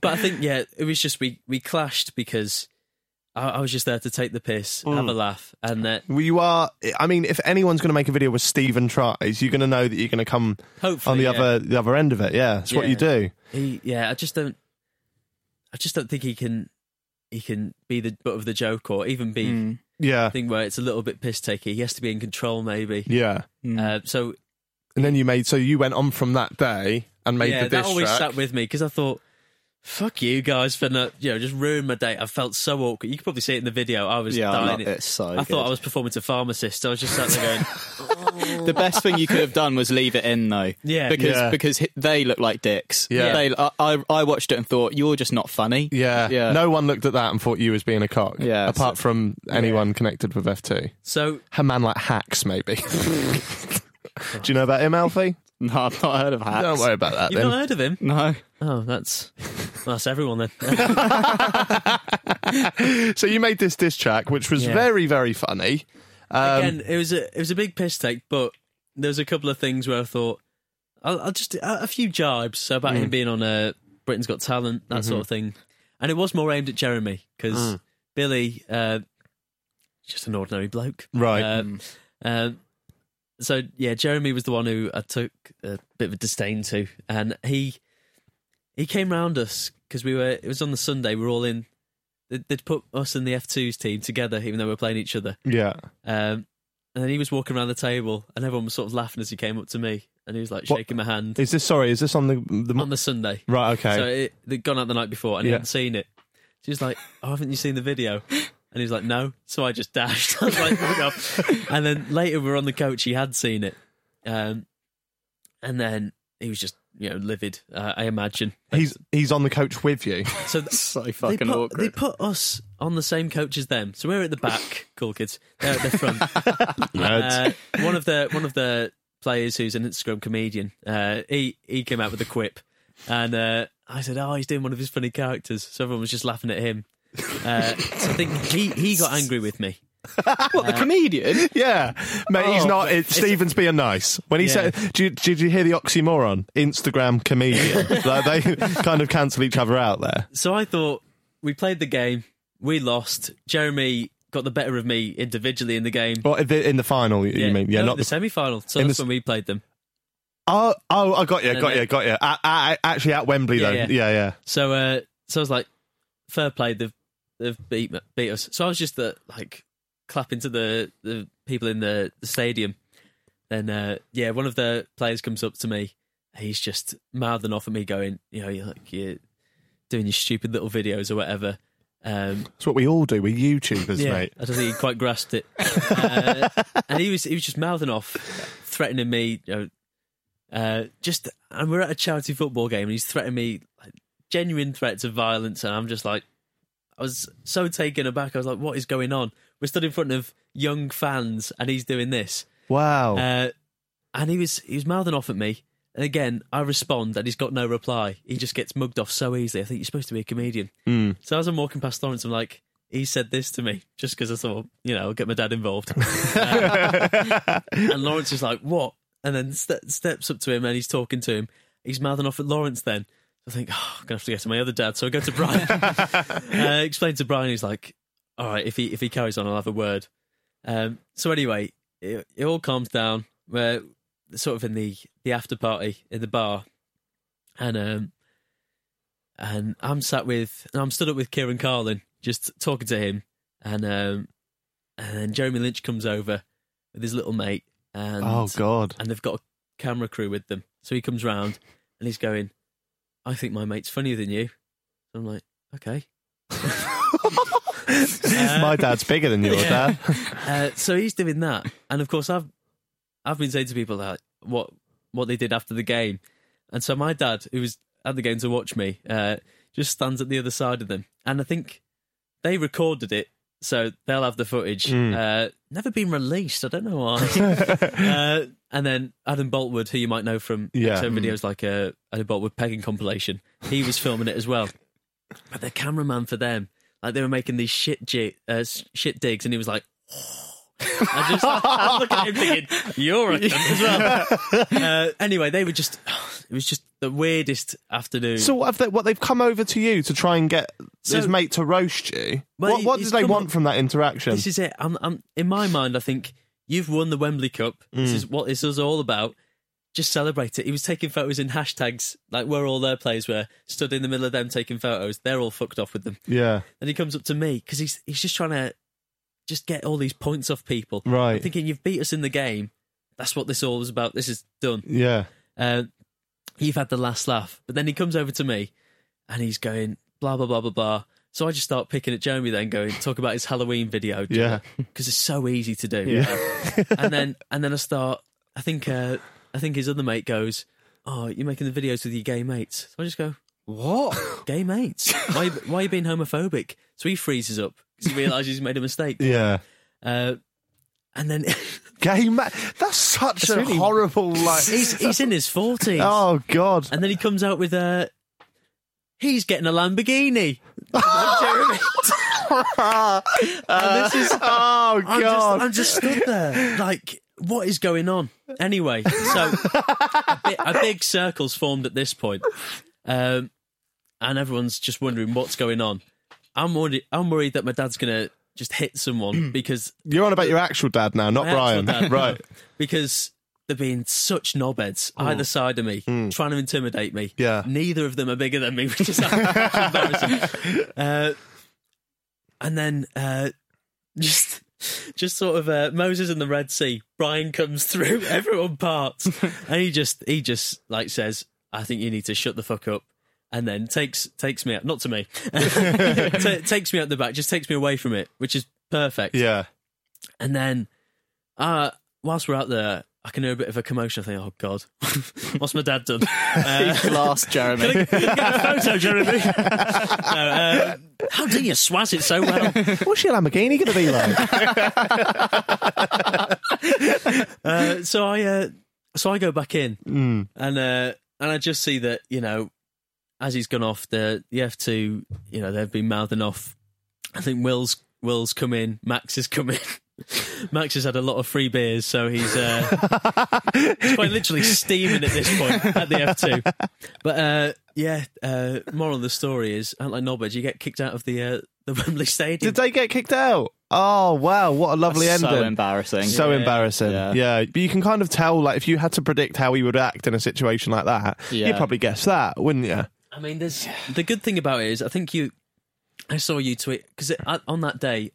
but I think yeah, it was just we we clashed because I, I was just there to take the piss,
Mm.
have a laugh, and that
Well, you are. I mean, if anyone's going to make a video with Steven tries, you're going to know that you're going to come
Hopefully,
on the
yeah.
other the other end of it. Yeah, that's what
Yeah.
you do.
He, yeah, I just don't. I just don't think he can. He can be the butt of the joke, or even be
Hmm.
Yeah,
thing where it's a little bit piss takey. He has to be in control, maybe.
yeah.
Uh, so
And then you made. So you went on from that day and made
yeah,
the
that
diss
always
track.
sat with me because I thought, "Fuck you guys for not, you know, just ruined my day." I felt so awkward. You can probably see it in the video. I was
Yeah, I
dying.
love it. It's so
I thought
good.
I was performing to pharmacists. So I was just sat there
<laughs>
going,
The best thing you could have done was leave it in, though.
Yeah.
because
Yeah.
because hi- they look like dicks.
Yeah.
they, I, I I watched it and thought you're just not funny.
yeah.
yeah.
no one looked at that and thought you was being a cock.
Yeah,
apart from anyone connected with F2.
"So
A man like Hacks,
<laughs>
maybe. do you know about him, Alfie?
<laughs> no, I've not heard of hats.
Don't worry about that
you've
then.
not heard of him?
No,
Oh, that's well, that's everyone
<laughs>
then."
So you made this diss track, which was
Yeah.
very, very funny.
Again, it was a it was a big piss take, but there was a couple of things where I thought I'll, I'll just a, a few jibes so about him being on uh, Britain's Got Talent, that sort of thing, and it was more aimed at Jeremy because Billy, uh, just an ordinary bloke,
Right.
Um, um, so yeah, Jeremy was the one who I took a bit of a disdain to, and he he came round us because we were it was on the Sunday we were all in. they'd- They'd put us and the F2s team together, even though we were playing each other.
Yeah.
Um, and then he was walking around the table, and everyone was sort of laughing as he came up to me, and he was like
What-
shaking my hand
Is this sorry? Is this on the the,
on the Sunday.
right? Okay.
So it, they'd gone out the night before, and he
Yeah.
hadn't seen it. She was like, "Oh, haven't you seen the video?" And he was like, "No." So I just dashed. <laughs> I was like, "Fuck off." And then later we we're on the coach. He had seen it, um, and then he was just you know livid. Uh, I imagine.
he's he's on the coach with you.
So th-
so
they
fucking
put,
awkward.
They put us on the same coach as them, so we're at the back. cool kids. They're at the <laughs> front. <laughs> Uh, one of the one of the players who's an Instagram comedian, uh, he he came out with a quip, and uh, I said, "Oh, he's doing one of his funny characters." So everyone was just laughing at him. Uh, so I think he he got angry with me.
what the comedian?
yeah, mate. he's
Oh,
not. It, Stephen's being nice when he
Yeah.
said. Did you, did you hear the oxymoron?
<laughs>
Instagram comedian. like they <laughs> kind of cancel each other out there.
So I thought we played the game, we lost. Jeremy got the better of me individually in the game.
Well, in the, in the final, you Oh, you mean? Yeah,
no,
not
the
the.
semi-final. So
in the
that's
s-
when we played them.
oh, oh, I got you,
No,
got
no.
you, got you. A- a- actually, at Wembley
Yeah,
though.
yeah.
yeah. yeah.
So, uh, so I was like, fair play, they've they've beat me- beat us. So I was just uh, like clapping to the the people in the, the stadium. Then, uh, yeah, one of the players comes up to me. He's just mouthing off at me, going, you know, you're like you're doing your stupid little videos or whatever. Um,
It's what we all do. We're YouTubers,
yeah,
mate.
I don't think he quite grasped it. Uh, and he was he was just mouthing off, threatening me. You know, uh, just and we're at a charity football game, and he's threatening me like, genuine threats of violence, and I'm just like, I was so taken aback. I was like, what is going on? We're stood in front of young fans, and he's doing this.
Wow.
Uh, and he was he was mouthing off at me. And again, I respond, and he's got no reply. He just gets mugged off so easily. I think you're supposed to be a comedian. So as I'm walking past Lawrence, I'm like, he said this to me just because I thought, you know, I'll get my dad involved. Uh, and Lawrence is like, what? And then ste- steps up to him, and he's talking to him. He's mouthing off at Lawrence. Then I think, oh, I'm gonna have to get to my other dad. So I go to Brian. uh, explain to Brian. He's like, all right, if he if he carries on, I'll have a word. Um, so anyway, it, it all calms down. We're sort of in the the after party in the bar, and um, and I'm sat with and I'm stood up with Kieran Carlin, just talking to him, and um, and then Jeremy Lynch comes over with his little mate, and
oh God.
and they've got a camera crew with them. So he comes round and he's going, I think my mate's funnier than you. I'm like, okay. Uh,
My dad's bigger than
<laughs>
your
yeah.
dad.
Uh, so he's doing that, and of course I've I've been saying to people that what what they did after the game, and so my dad, who was at the game to watch me, uh, just stands at the other side of them, and I think they recorded it, so they'll have the footage. Uh, never been released. I don't know why. uh, and then Adam Boltwood, who you might know from
Yeah.
certain videos like uh, Adam Boltwood pegging compilation, he was filming it as well. But the cameraman for them, like they were making these shit j- uh, s- shit digs, and he was like. I just
<laughs>
I look at him thinking, you're a cunt as well. Uh, anyway, they were just, it was just the weirdest afternoon.
So what, have they, what they've come over to you to try and get
So-
his mate to roast you?
Well,
what what
he's
did they
come-
want from that interaction?
This is it. I'm, I'm, in my mind, I think you've won the Wembley Cup. This
Mm.
is what this is all about. Just celebrate it. He was taking photos in hashtags, like where all their players were, stood in the middle of them taking photos. They're all fucked off with them.
yeah.
Then he comes up to me because he's he's just trying to just get all these points off people.
Right.
I'm thinking you've beat us in the game. That's what this all was about. This is done.
Yeah.
uh, you've had the last laugh. But then he comes over to me and he's going, blah, blah, blah, blah, blah. So I just start picking at Jeremy then going, talk about his Halloween video.
<laughs> Yeah.
Because it's so easy to do.
Yeah.
<laughs> and then and then I start I think uh, I think his other mate goes, Oh, you're making the videos with your gay mates. So I just go,
What?
<laughs>
Gay mates? Why why are you being homophobic? So he freezes up because he realises he's made a mistake.
<laughs> Yeah.
Uh, and then <laughs>
Gay ma- That's such a
really- <laughs>
horrible like.
he's, he's in his 40s.
oh God.
And then he comes out with a. He's getting a Lamborghini. And this is-
oh
I'm,
God.
just, I'm just stood there, like, what is going on? Anyway, so a, bi- a big circle's formed at this point, um, and everyone's just wondering what's going on. I'm worried. I'm worried that my dad's gonna just hit someone because
You're on about your actual dad now, not
My actual
Brian.
dad.
<laughs> right.
because they're being such knobheads either side of me, trying to intimidate me.
Yeah.
Neither of them are bigger than me, which is <laughs> embarrassing. Uh, and then uh, just. Just sort of uh, Moses in the Red Sea. Brian comes through. <laughs> Everyone parts, and he just he just like says, "I think you need to shut the fuck up," and then takes takes me out. Not to me, <laughs> Ta- takes me out the back. Just takes me away from it, which is perfect.
Yeah.
And then, uh, whilst we're out there, I can hear a bit of a commotion. I think, oh God, <laughs> what's my dad done? Uh, <laughs>
Last Jeremy.
can I get a photo, Jeremy? <laughs> no, uh, how do you swat it so well?
What's your Lamborghini going to be like?
<laughs> Uh, so I, uh, so I go back in, and uh, and I just see that you know, as he's gone off, the the F two, you know, they've been mouthing off. I think Will's Will's come in, Max has come in. <laughs> Max has had a lot of free beers, so he's, uh, he's quite literally steaming at this point at the F two. But uh, yeah, uh, moral of the story is, out like Nobbed, you get kicked out of the uh, the Wembley Stadium.
Did they get kicked out? Oh wow! What a lovely
so
ending.
embarrassing.
So
Yeah.
embarrassing. Yeah.
Yeah.
But you can kind of tell, like, if you had to predict how he would act in a situation like that,
Yeah.
you'd probably guess that, wouldn't you?
I mean, there's the good thing about it is I think you, I saw you tweet because on that day,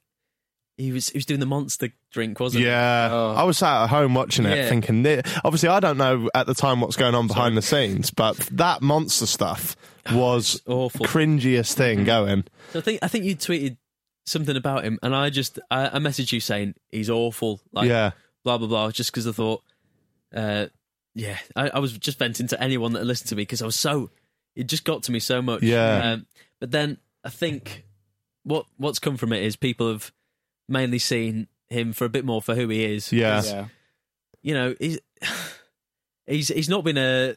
He was he was doing the monster drink, wasn't he?
Yeah, I was sat at home watching it,
oh. Yeah.
thinking. thi- Obviously, I don't know at the time what's going on behind the scenes, but that monster stuff was
awful. Mm-hmm.
cringiest thing going.
So I think I think you tweeted something about him, and I just I, I messaged you saying he's awful. Like,
Yeah.
blah blah blah. Just because I thought, uh, yeah, I, I was just venting to anyone that listened to me because I was so it just got to me so much.
Yeah.
Um, but then I think what what's come from it is people have mainly seen him for a bit more for who he is.
Yeah,
Yeah.
You know, he's <sighs> he's he's not been a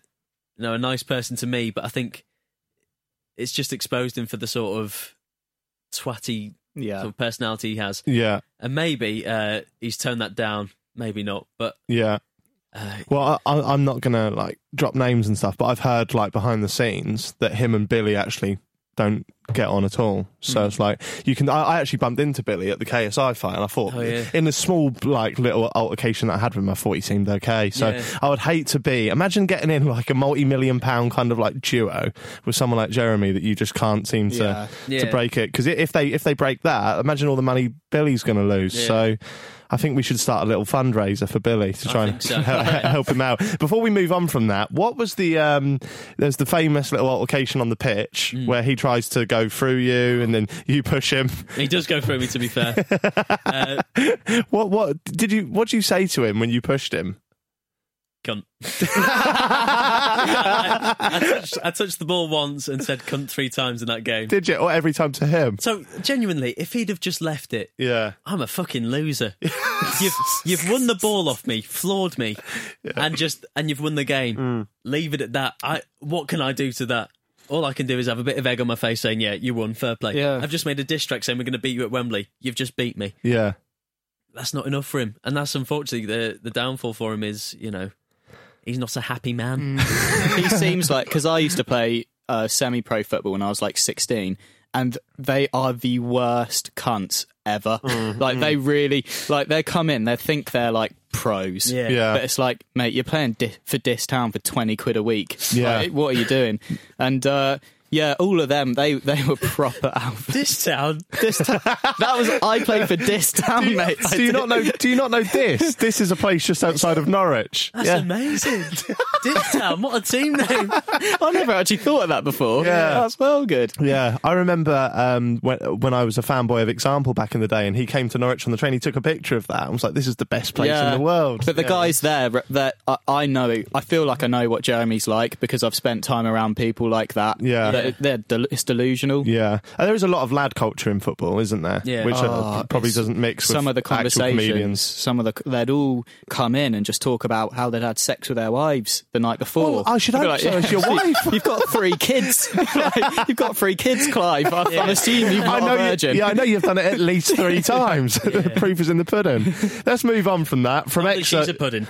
you know a nice person to me, but I think it's just exposed him for the sort of twatty
Yeah.
sort of personality he has,
yeah,
and maybe uh, he's toned that down. Maybe not, but
yeah.
uh,
Well, I, I, I'm not gonna like drop names and stuff, but I've heard like behind the scenes that him and Billy actually don't get on at all. So
Hmm.
it's like you can. I, I actually bumped into Billy at the KSI fight, and I thought
Oh, yeah.
in the small like little altercation that I had with him, I thought he seemed okay. So
Yeah.
I would hate to be. Imagine getting in like a multi-million pound kind of like duo with someone like Jeremy that you just can't seem to
Yeah.
Yeah.
to break it because if they if they break that, imagine all the money Billy's going to lose.
Yeah.
So. I think we should start a little fundraiser for Billy to try and
think so.
help, <laughs> help him out. Before we move on from that, what was the um, there's the famous little altercation on the pitch
Mm.
where he tries to go through you and then you push
<laughs>
him.
He does go through me, to be fair.
What what did you what did you say to him when you
<laughs>
pushed him?
cunt. <laughs> I, touched, I touched the ball once and said cunt three times in that game.
Did you or every time to him?
So, genuinely, if he'd have just left it,
Yeah.
I'm a fucking loser. you've, you've won the ball off me, floored me, and just and you've won the game. Leave it at that. I what can I do to that? All I can do is have a bit of egg on my face saying, "Yeah, you won, fair play."
Yeah.
I've just made a diss track saying we're going to beat you at Wembley. You've just beat me.
Yeah.
That's not enough for him, and that's unfortunately the the downfall for him is you know he's not a happy man. <laughs>
he seems like because I used to play uh, semi-pro football when I was like 16, and they are the worst cunts ever.
Mm-hmm.
Like they really like they come in, they think they're like pros,
Yeah.
Yeah.
But it's like, mate, you're playing di- for Dis Town for 20 quid a week.
Yeah.
Like, what are you doing? And uh, yeah, all of them, they they were proper alpha.
This town.
Dis Town. That was I played for Dis Town, mate. I
Do you
did.
not know do you not know this? This is a place just outside of Norwich.
That's amazing. This town. What a team name.
<laughs> I never actually thought of that before.
Yeah.
that's well good.
Yeah, I remember um, when when I was a fanboy of Example back in the day, and he came to Norwich on the train. He took a picture of that. I was like, "This is the best place in the world."
But the
Yeah.
guys there, re- that I, I know, I feel like I know what Jeremy's like because I've spent time around people like that.
Yeah.
That- they're, del- it's delusional.
Yeah, and there is a lot of lad culture in football, isn't there?
Yeah.
which uh,
Oh,
probably
it's-
doesn't mix with
Some of the
actual
conversations,
comedians.
some of the they'd all come in and just talk about how they'd had sex with their wives the night before.
Oh, I should
I'd be
hope so, it's your wife.
You've got three
<laughs>
kids. <laughs> Like, you've got three kids, Clive. I, I assume you're
I
not
know
a
you-
virgin.
yeah, I know you've done it at least three <laughs>
<laughs>
times. the proof is in the pudding. Let's move on from that. From
She's a
EXO,
pudding.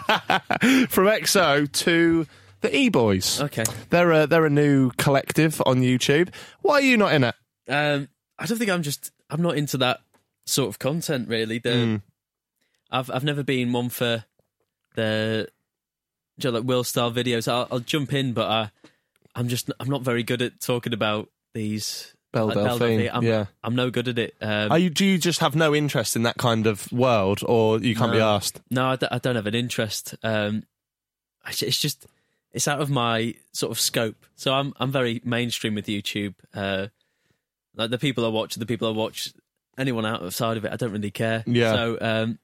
from EXO to the E Boys.
Okay.
They're a they're a new collective on YouTube. Why are you not in it?
Um, I don't think I'm just. I'm not into that sort of content really. The,
Hmm.
I've I've never been one for the, you know, like Will style videos. I'll, I'll jump in, but I, I'm just. I'm not very good at talking about these.
Belle
like, Belle
Delphine,
Delphine. I'm,
yeah.
I'm no good at it. Um,
Are you, do you just have no interest in that kind of world, or you can't be
No.
asked?
No, I d- I don't have an interest. Um, I j- it's just it's out of my sort of scope. So I'm I'm very mainstream with YouTube. Uh, like the people I watch, the people I watch, anyone outside of it, I don't really care.
Yeah.
So um,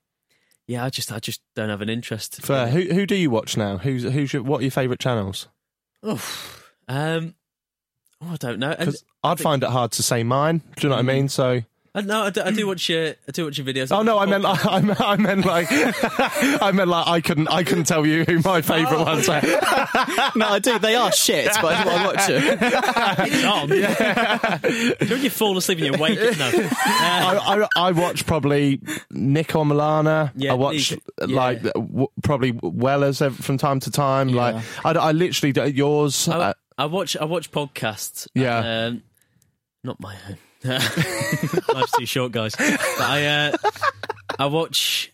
yeah, I just I just don't have an interest.
Fair. Who who do you watch now? Who's who's your, what are your favourite channels?
Oof. Um, oh, I Hmm. don't know. And,
Because I'd find it hard to say mine. Do you know what I mean? So
and uh, no, I do, I do watch your I do watch your videos.
oh no, I meant <laughs> like, I meant I meant like <laughs> I meant like I couldn't I couldn't tell you who my
Oh,
favourite ones are.
no, I do. They are shit, but I do want to
<laughs>
watch it.
Tom. Don't you fall asleep and you're awake? No.
<laughs>
Uh,
I, I I watch probably Nick or Milana.
Yeah,
I watch
Nick, yeah.
like w- probably Wellers ev- from time to time. Like I, I literally do yours.
I,
uh,
I watch I watch podcasts.
Yeah.
and, um, not my own. <laughs> Life's too short, guys. But I uh, I watch.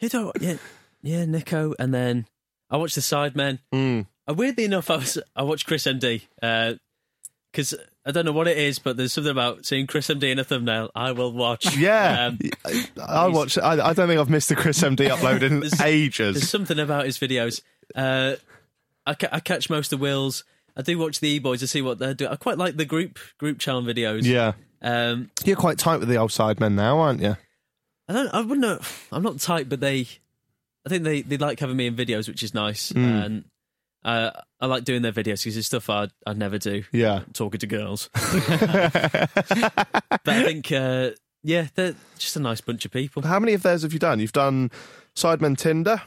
Who do I, wa- yeah, yeah, Nico, and then I watch the Sidemen. Mm. Uh, weirdly enough, I was I watch Chris MD because uh, I don't know what it is, but there's something about seeing Chris MD in a thumbnail. I will watch.
Yeah,
Um,
I, I watch. I, I don't think I've missed the Chris MD
<laughs>
upload in
There's- There's
ages.
something about his videos. Uh, I, ca- I catch most of Will's. I do watch the E Boys to see what they're doing. I quite like the group group channel videos.
Yeah,
Um,
you're quite tight with the old side men now, aren't you?
I don't. I wouldn't. Know, I'm not tight, but they. I think they, they like having me in videos, which is nice. And uh, I like doing their videos because it's stuff I'd, I'd never do.
Yeah.
talking to girls. but I think, uh, yeah, they're just a nice bunch of people.
How many of theirs have you done? You've done Sidemen Tinder.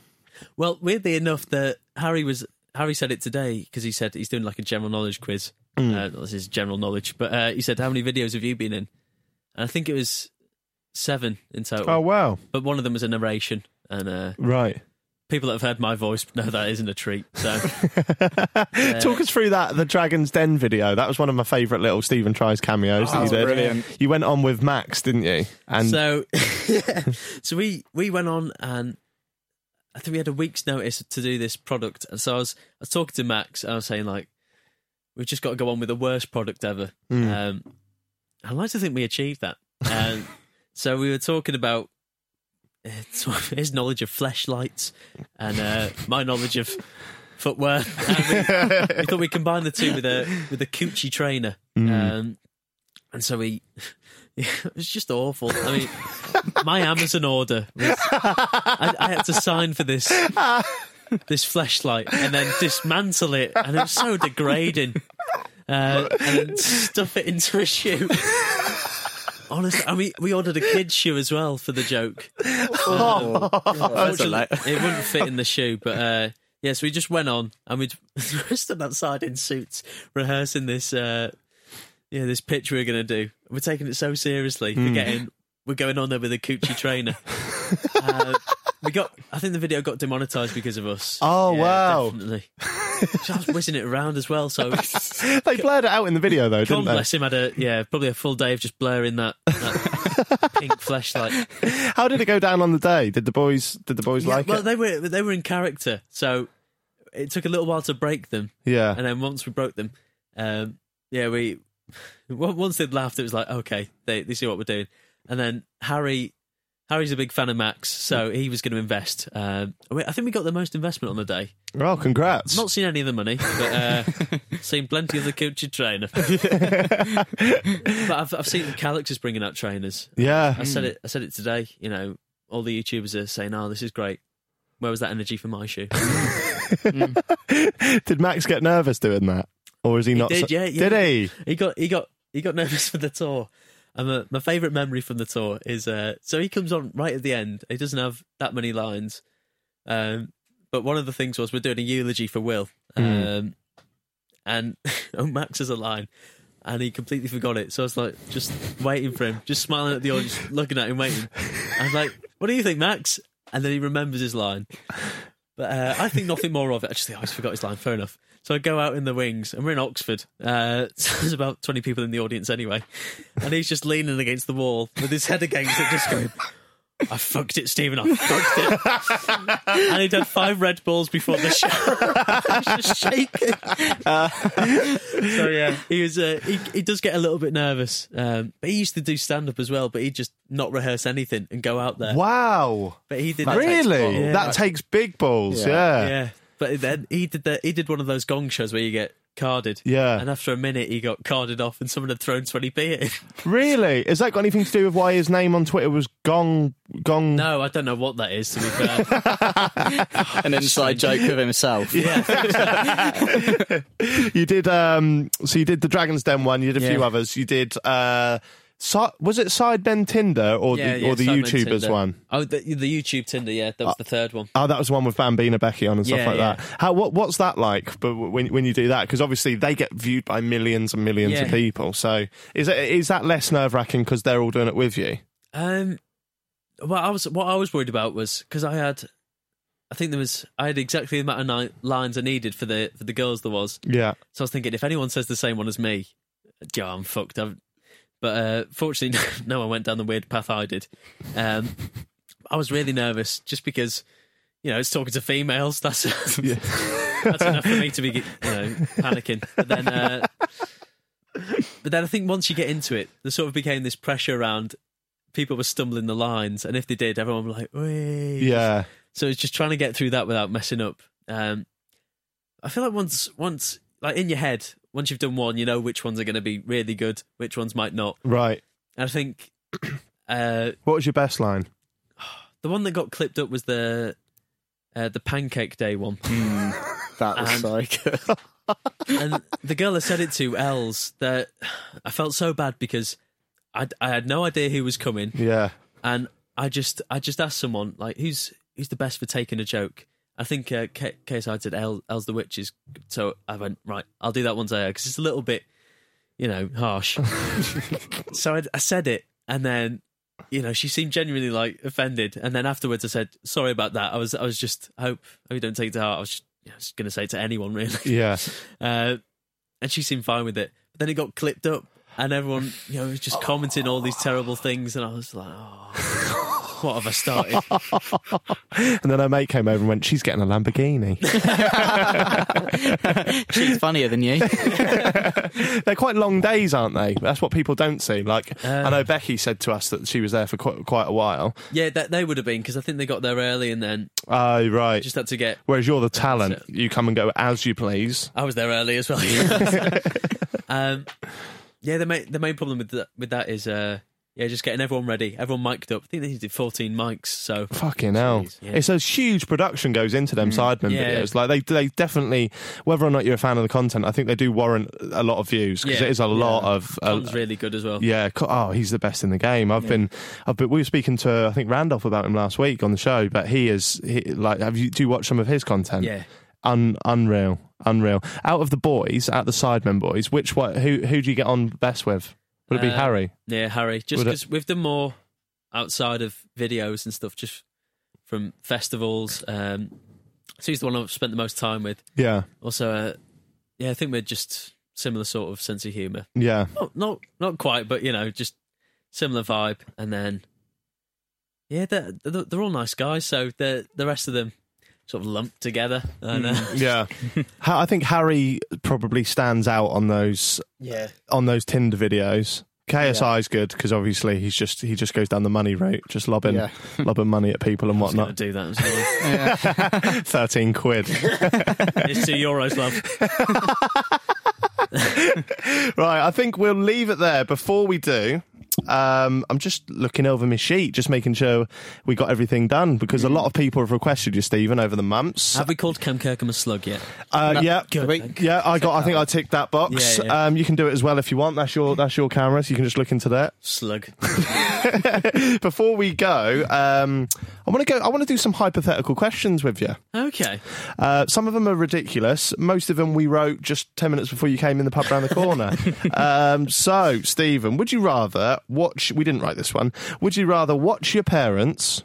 Well, weirdly enough, that Harry was Harry said it today because he said he's doing like a general knowledge quiz. Uh, not this is general knowledge, but uh, he said, "How many videos have you been in?" And I think it was seven in total.
Oh wow!
But one of them was a narration, and uh,
Right.
people that have heard my voice know that isn't a treat. So Uh,
Talk us through that the Dragon's Den video. That was one of my favourite little Stephen tries cameos that you did.
brilliant.
You went on with Max, didn't you? And
Oh, so <laughs> so we we went on and I think we had a week's notice to do this product, and so I was I was talking to Max. And I was saying like, we've just got to go on with the worst product ever. Um, I like to think we achieved that. Um, so we were talking about uh, <laughs> sort of his knowledge of fleshlights and uh, my knowledge of footwear. <laughs> And we, we thought we combined the two with a with a coochie trainer. Um, and so we, <laughs> it was just awful. I mean, my Amazon order, was, I, I had to sign for this this flashlight and then dismantle it, and it was so degrading. Uh, and then stuff it into a shoe. Honestly, and we, we ordered a kid's shoe as well for the joke. Uh,
That's a
Unfortunately,
lot.
it wouldn't fit in the shoe, but uh, yeah, so we just went on and we'd <laughs> we stood outside in suits rehearsing this uh, yeah this pitch we were going to do. We're taking it so seriously. We're getting we're going on there with a coochie trainer. uh, we got I think the video got demonetized because of us.
Oh,
Yeah,
wow.
Definitely. So I was whizzing it around as well, so
they blurred it out in the video though,
God
didn't they?
bless him. Had a yeah, probably a full day of just blurring that, that
<laughs>
pink flashlight.
How did it go down on the day? Did the boys did the boys
Yeah,
like
well,
it?
they were they were in character, so it took a little while to break them,
yeah.
and then once we broke them, um, yeah, we <laughs> on- once they'd laughed, it was like okay, they they see what we're doing, and then Harry. Harry's a big fan of Max, so he was going to invest. Um, we- I think we got the most investment on the day.
Well, congrats.
Not seen any of the money, but uh, seen plenty of the coaching trainer. but I've, I've seen Calix is bringing out trainers. I
yeah.
said it. I said it today. You know, all the YouTubers are saying, "Oh, this is great." Where was that energy for my shoe?
Did Max get nervous doing that? Or is he, not
did,
so-
yeah, yeah.
Did he?
he got. He got. He got <laughs> nervous for the tour. And my, my favourite memory from the tour is uh, so he comes on right at the end. He doesn't have that many lines, um, but one of the things was we're doing a eulogy for Will,
Hmm.
um, and <laughs> oh, Max has a line, and he completely forgot it. So I was like, just waiting for him, just smiling at the audience, looking at him, waiting. I was like, "What do you think, Max?" And then he remembers his line. But uh, I think nothing more of it. I just think, oh, I just forgot his line. Fair enough. So I go out in the wings, and we're in Oxford. Uh, <laughs> so there's about 20 people in the audience anyway. And he's just leaning against the wall with his head against it, just going, I fucked it, Stephen. I fucked it. and he'd had five Red Bulls before the show. <laughs> He was just shaking. so yeah, he was. Uh, he, he does get a little bit nervous. Um, but he used to do stand up as well, but he'd just not rehearse anything and go out there.
Wow.
But he did
Really?
Yeah.
That takes big balls,
<laughs>
yeah.
Yeah, but then he did the, he did one of those gong shows where you get carded.
Yeah.
and after a minute, he got carded off, and someone had thrown twenty p at him.
Really? Has that got anything to do with why his name on Twitter was Gong
<laughs>
Gong
No, I don't know what that is. To be fair,
An inside joke of himself.
yeah,
<laughs> You did um so you did the Dragon's Den one, you did a few
Yeah.
others. You did uh si- was it Side Ben Tinder or
yeah,
the
yeah,
or the
Simon
YouTubers
Tinder.
one?
Oh, the, the YouTube Tinder. Yeah, that was the third one.
Oh, that was the one with Bambina Becky on and stuff
Yeah,
like
yeah.
that. How what what's that like? But when when you do that, because obviously they get viewed by millions and millions of
Yeah.
people. So is it is that less nerve wracking because they're all doing it with you?
Um, well, I was what I was worried about was because I had, I think there was I had exactly the amount of ni- lines I needed for the for the girls there was.
Yeah,
So I was thinking, if anyone says the same one as me, yeah, I'm fucked. I've, but uh, fortunately, <laughs> no one went down the weird path I did. Um, I was really nervous just because, you know, it's talking to females. That's <laughs> that's enough for me to be, you know, panicking. But then, uh, But then I think once you get into it, there sort of became this pressure around people were stumbling the lines, and if they did, everyone was like, "Wait."
Yeah.
So it's just trying to get through that without messing up. Um, I feel like once, once, like in your head, once you've done one, you know which ones are going to be really good, which ones might not.
Right.
And I think <clears throat> uh,
What was your best line?
the one that got clipped up was the uh, the pancake day one,
That was so good.
and the girl I said it to, Els, that <sighs> I felt so bad because I I had no idea who was coming.
Yeah.
and I just I just asked someone like who's who's the best for taking a joke. I think uh, K- KSI did El, Els the Witch is so I went right. I'll do that one day because it's a little bit, you know, harsh. so I, I said it, and then you know she seemed genuinely like offended. And then afterwards, I said sorry about that. I was I was just I hope I hope you don't take it to heart. I was just, I was just going to say it to anyone really.
Yeah.
Uh, and she seemed fine with it. But then it got clipped up, and everyone you know was just commenting all these terrible things, and I was like, oh, what have I
<laughs>
started?
And then her mate came over and went, She's getting
<laughs>
a Lamborghini.
She's <laughs> funnier than you.
They're quite long days, aren't they? That's what people don't see. Like,
Uh.
I know Becky said to us that she was there for quite, quite a while.
yeah, that they would have been because I think they got there early, and then
Oh, right.
just had to get.
Whereas you're the talent, you come and go as you please.
I was there early
<laughs>
as well. um, yeah, the main the main problem with that with that is uh, yeah, just getting everyone ready, everyone mic'd up. I think they did fourteen mics, so
Fucking hell!
yeah. Mm.
It's a huge production goes into them Sidemen
Yeah.
videos. Like they, they definitely, whether or not you're a fan of the content, I think they do warrant a lot of views because
Yeah.
it is a lot of. a-
Tom's really good as well.
yeah, co- oh, he's the best in the game. I've been, I've been. We were speaking to I think Randolph about him last week on the show, but he is he, like, have you do you watch some of his content?
Yeah.
Un, unreal, unreal. Out of the boys, out of the Sidemen boys, which one, who who do you get on best with? Would it be
Uh,
Harry?
Yeah, Harry. Just
Would it-
because we've done more outside of videos and stuff, just from festivals. Um, so he's the one I've spent the most time with.
Yeah,
Also, uh, yeah, I think we're just similar sort of sense of humour.
yeah.
Not, not, not quite, but you know, just similar vibe. And then, yeah, they're they're, they're all nice guys. So the the rest of them sort of lumped together. And, <laughs> uh,
Yeah, Ha- I think Harry probably stands out on those
yeah,
on those Tinder videos. KSI is good because obviously he's just he just goes down the money route, just lobbing
Yeah.
<laughs> lobbing money at people and
I'm gonna
whatnot.
do that. as well.
Thirteen quid,
it's two euros, love.
right? I think we'll leave it there. Before we do, um, I'm just looking over my sheet, just making sure we got everything done because a lot of people have requested you, Stephen, over the months.
Have we called Cam Kirkham a slug yet?
Uh, yeah,
Good. Good.
yeah. I got. I think I ticked that box.
Yeah, yeah.
Um, you can do it as well if you want. That's your that's your camera, so you can just look into that.
Slug.
<laughs> Before we go, um, I want to go. I want to do some hypothetical questions with you.
Okay.
Uh, some of them are ridiculous. Most of them we wrote just ten minutes before you came in the pub round
<laughs>
the corner. um, so, Stephen, would you rather watch? We didn't write this one. Would you rather watch your parents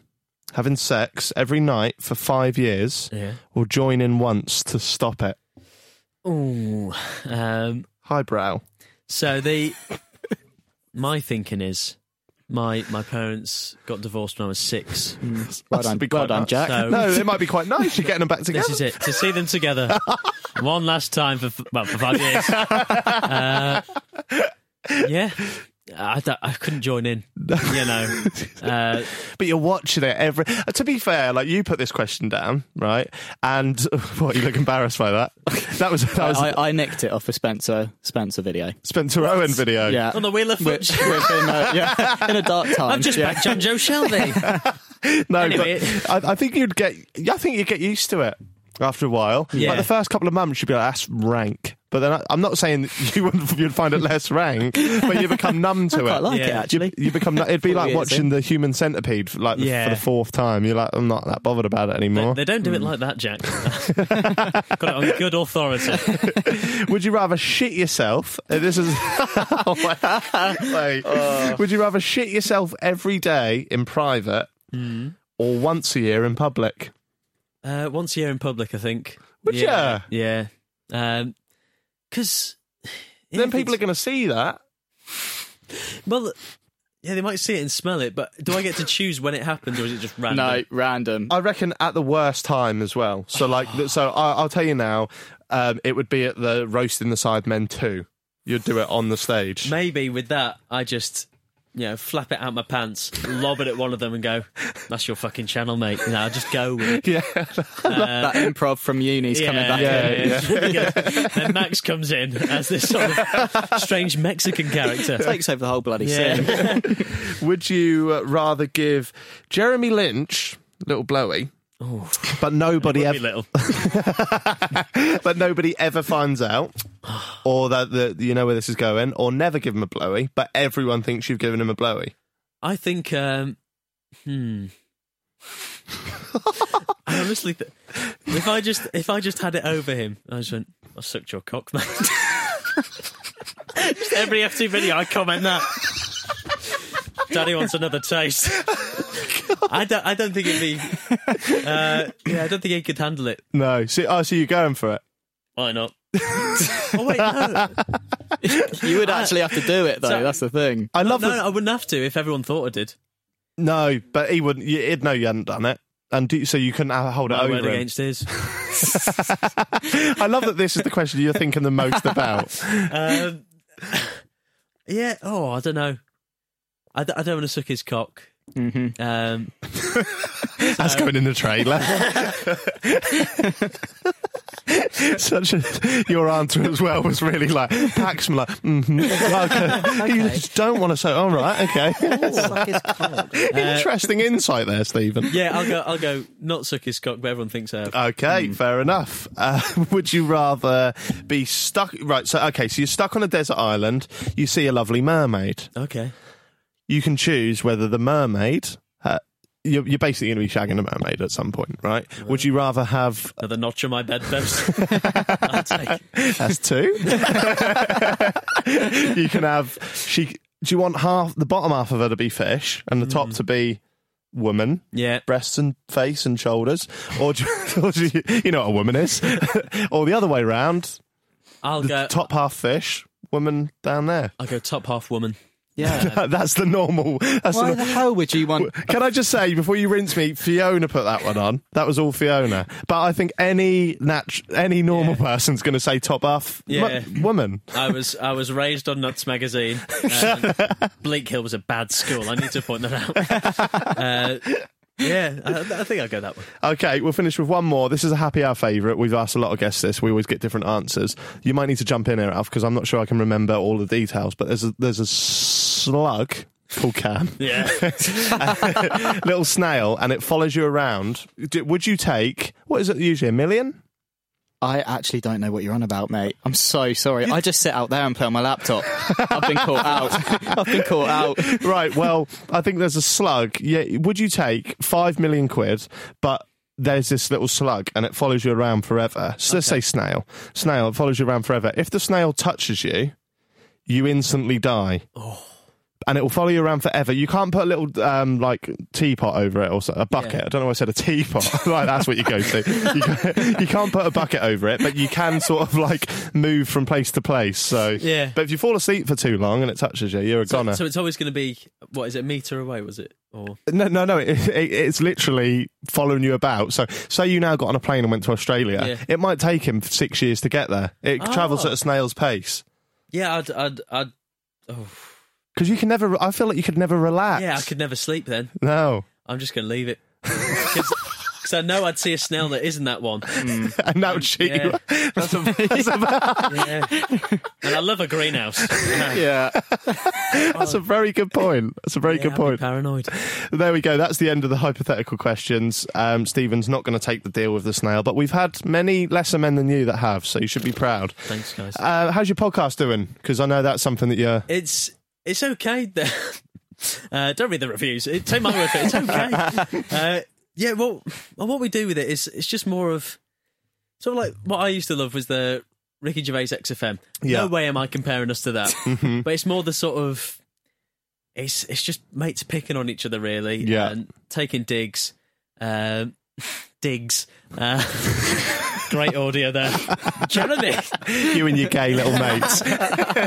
having sex every night for five years,
Yeah.
or join in once to stop it?
Ooh. Um,
Highbrow.
so the my thinking is my my parents got divorced when I was six.
Well
That's
done,
be quite
well done
nice.
Jack.
So
No, it might be quite nice. You're getting them back together.
<laughs> this is it. To see them together one last time for f- well for five years. Uh, yeah. I, don't- I couldn't join in, you know. Uh,
But you're watching it every. uh, To be fair, like you put this question down, right? And <laughs> what you look embarrassed by that? That was that was
I, I nicked it off a Spencer Spencer video.
Spencer Owen video.
Yeah.
on Oh, the wheel of
Which,
fortune.
which in, a, uh, yeah, in a dark time.
<laughs> I'm just
yeah.
back John Joe Shelby.
No,
Anyway.
but I, I think you'd get. I think you'd get used to it after a while.
Yeah.
Like the first couple of months, you'd be like, "That's rank." But then I, I'm not saying <laughs> that you would, you'd find it less rank, but you become
<laughs>
numb to it.
Quite like it
Yeah.
actually.
you become. It'd be
Four
like
years
watching
in.
the Human Centipede, for, like the-
Yeah.
for the fourth time. You're like, I'm not that bothered about it anymore.
They don't do it like that, Jack. <laughs> got it on good authority.
Would you rather shit yourself? uh, This is. <laughs> Oh, wait. Wait. Would you rather shit yourself every day in private or once a year in public?
Uh, once a year in public, I think.
Would
yeah, yeah. Um 'cause because
then people are going to see that.
well, yeah, they might see it and smell it. But do I get to choose when it happened, or is it Uh, just random?
No, random.
I reckon at the worst time as well. So like, th- so I, I'll tell you now. Um, it would be at the roast in the side men two you'd do it on the stage.
Maybe with that, I just, you know, flap it out my pants, lob it at one of them, and go, "That's your fucking channel, mate." You know, I'll just go with it.
Yeah,
that improv from uni's coming back in.
in.
yeah, yeah. <laughs> and Max comes in as this sort of strange Mexican character.
Takes over the whole bloody scene.
Yeah.
Would you uh, rather give Jeremy Lynch little blowy, but nobody
Would
ever,
be little.
but nobody ever finds out, or that the you know where this is going, or never give him a blowy, but everyone thinks you've given him a blowy?
I think. Um, hmm.
<laughs>
I honestly, th- if I just if I just had it over him, I just went, "I sucked your cock, mate." just every FT video, I comment that. Daddy wants another
<laughs>
taste. I don't. I don't think it'd be. Uh, yeah, I don't think he could handle it.
No, see, oh, so you're going for it.
Why
<laughs>
not? oh wait, no.
You would actually have to do it though.
So-
that's the thing.
I love
no,
that-
no, I wouldn't have to if everyone thought I did.
No, but he wouldn't. you- He'd know you hadn't done it, and do, so Oh, you couldn't ha- hold it
I went
over. Him.
against his.
I love that this is the question you're thinking the most <laughs> about.
Um, yeah. Oh, I don't know. I, d- I don't want to suck his cock. Mm-hmm. Um,
That's going in the trailer. <laughs> Such a, your answer as well was really like Paxman, like, mm-hmm, okay. you just don't want to say. All right, okay. <laughs> Interesting insight there, Stephen.
yeah, I'll go. I'll go. Not suck his cock, but everyone thinks I have.
Okay, fair enough. Uh, <laughs> would you rather be stuck? Right, so okay, so you're stuck on a desert island. You see a lovely mermaid.
Okay.
you can choose whether the mermaid. Uh, you're, you're basically going to be shagging a mermaid at some point, right? Would you rather have
Another notch on my <laughs> bedpost. I'll take.
that's two? <laughs> you can have she. Do you want half the bottom half of her to be fish and the top to be woman?
Yeah.
breasts and face and shoulders, or do, you- <laughs> or do you, you know what a woman is, <laughs> or the other way round,
I'll
the
go.
top half fish, woman down there.
I'll go top half woman.
<laughs>
<laughs>
Yeah.
That's the normal. That's the
Why
nor-
the hell would you want?
<laughs> Can I just say before you rinse me, Fiona put that one on. That was all Fiona. But I think any natu- any normal person's going to say top half mu-
Yeah.
woman.
I was I was raised on Nuts magazine. <laughs> and Bleak Hill was a bad school. I need to point that out. <laughs> Uh, yeah, I, I think I'll go that way.
Okay, we'll finish with one more. This is a happy hour favourite. We've asked a lot of guests this. We always get different answers. You might need to jump in here, Alf, because I'm not sure I can remember all the details. But there's a, there's a slug called Cam,
<laughs> Yeah.
<laughs> little snail, and it follows you around. D- Would you take what is it usually a million?
I actually don't know what you're on about, mate. I'm so sorry. I just sit out there and play on my laptop. I've been caught out. <laughs> I've been caught
<laughs>
out.
right. Well, I think there's a slug. Yeah. Would you take five million quid, but there's this little slug and it follows you around forever? So let's say snail. Snail. It follows you around forever. If the snail touches you, you instantly die. Oh. And it will follow you around forever. You can't put a little um, like teapot over it or so, a bucket. I don't know why I said a teapot. <laughs> like that's what you go to. You, can't- you can't put a bucket over it, but you can sort of like move from place to place. So
Yeah.
But if you fall asleep for too long and it touches you, you're a goner.
So it's always going to be what is it? a Meter away was it? Or
No, no, no. It, it, it's literally following you about. So, say you now got on a plane and went to Australia.
Yeah. Oh.
It might take him six years to get there. It travels at a snail's pace
yeah, I'd, I'd, I'd oh,
because you can never. I feel like you could never relax.
yeah, I could never sleep then.
No,
I'm just going to leave it <laughs> because I know I'd see a snail that isn't that one.
and that would cheat you.
Yeah, yeah. <laughs> and I love a greenhouse.
Yeah.
<laughs>
That's a very good point. That's a very
Yeah, I'd
good
be
point.
Paranoid.
There we go. That's the end of the hypothetical questions. Um, Stephen's not going to take the deal with the snail, but we've had many lesser men than you that have, so you should be proud.
Thanks, guys.
Uh, how's your podcast doing? Because I know that's something that you're.
It's it's okay. <laughs> uh, don't read the reviews. It, take my word for it. It's okay.
<laughs>
uh, yeah. Well, well, what we do with it is it's just more of sort of like what I used to love was the Ricky Gervais XFM.
Yeah.
No
Mm-hmm.
way am I comparing us to
<laughs>
that. but it's more the sort of it's it's just mates picking on each other really.
Yeah.
And taking digs. Um, <laughs> digs. Uh, <laughs> great audio
<laughs>
there, Jeremy.
you and your gay <laughs> little mates.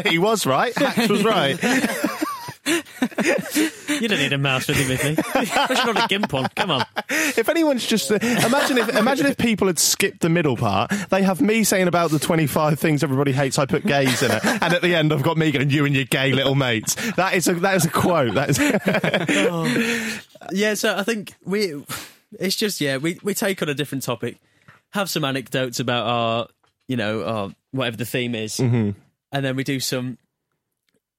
he was right. Hax was right.
You don't need a mouse with you with me. That's not a gimp on. Come on.
If anyone's just uh, imagine if imagine if people had skipped the middle part, they have me saying about the twenty five things everybody hates. I put gays in it, and at the end I've got me going, "You and your gay little mates." That is a that is <laughs> a quote. That is.
Yeah, so I think we it's just yeah, we, we take on a different topic, have some anecdotes about our you know, our whatever the theme is.
Mm-hmm.
And then we do some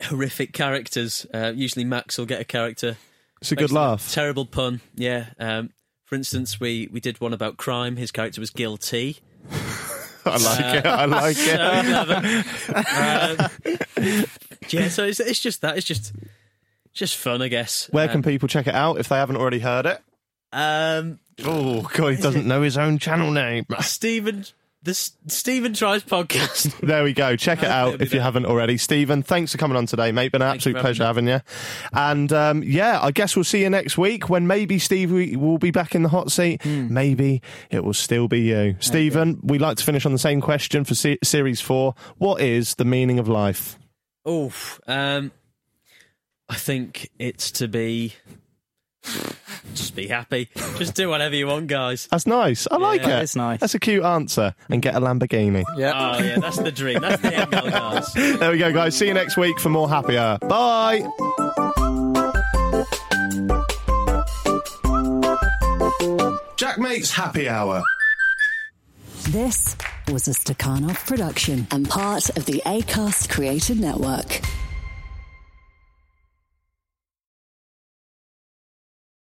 horrific characters. Uh, usually Max will get a character.
It's a good
Based on a
laugh.
Terrible pun. Yeah. Um, for instance, we we did one about crime. His character was guilty. <laughs>
I like it. I like it.
So clever. Um, yeah. So it's it's just that. It's just just fun, I guess.
Where
Um,
can people check it out if they haven't already heard it?
um,
Oh God, he doesn't know his own channel name.
Stephen the S- Stephen tries podcast.
There we go. Check it
it'll
out
be
if you
there.
haven't already. Stephen, thanks for coming on today, mate. Been an
Thank you
absolute
for
pleasure having you. And um, yeah, I guess we'll see you next week when maybe Steve we- will be back in the hot seat.
Hmm.
Maybe it will still be you. Stephen, we like to finish on the same question for se- series four. What is the meaning of life?
Oof. Um, I think it's to be just be happy. Just do whatever you want, guys.
That's nice. I like it.
that is nice.
That's a cute answer. And get a Lamborghini.
Yeah.
Oh <laughs> yeah, that's the dream. That's the end goal, guys.
There we go, guys. See you next week for more Happy Hour. Bye. Jack Mate's Happy Hour.
This was a Stakhanov production and part of the ACAST Creator Network.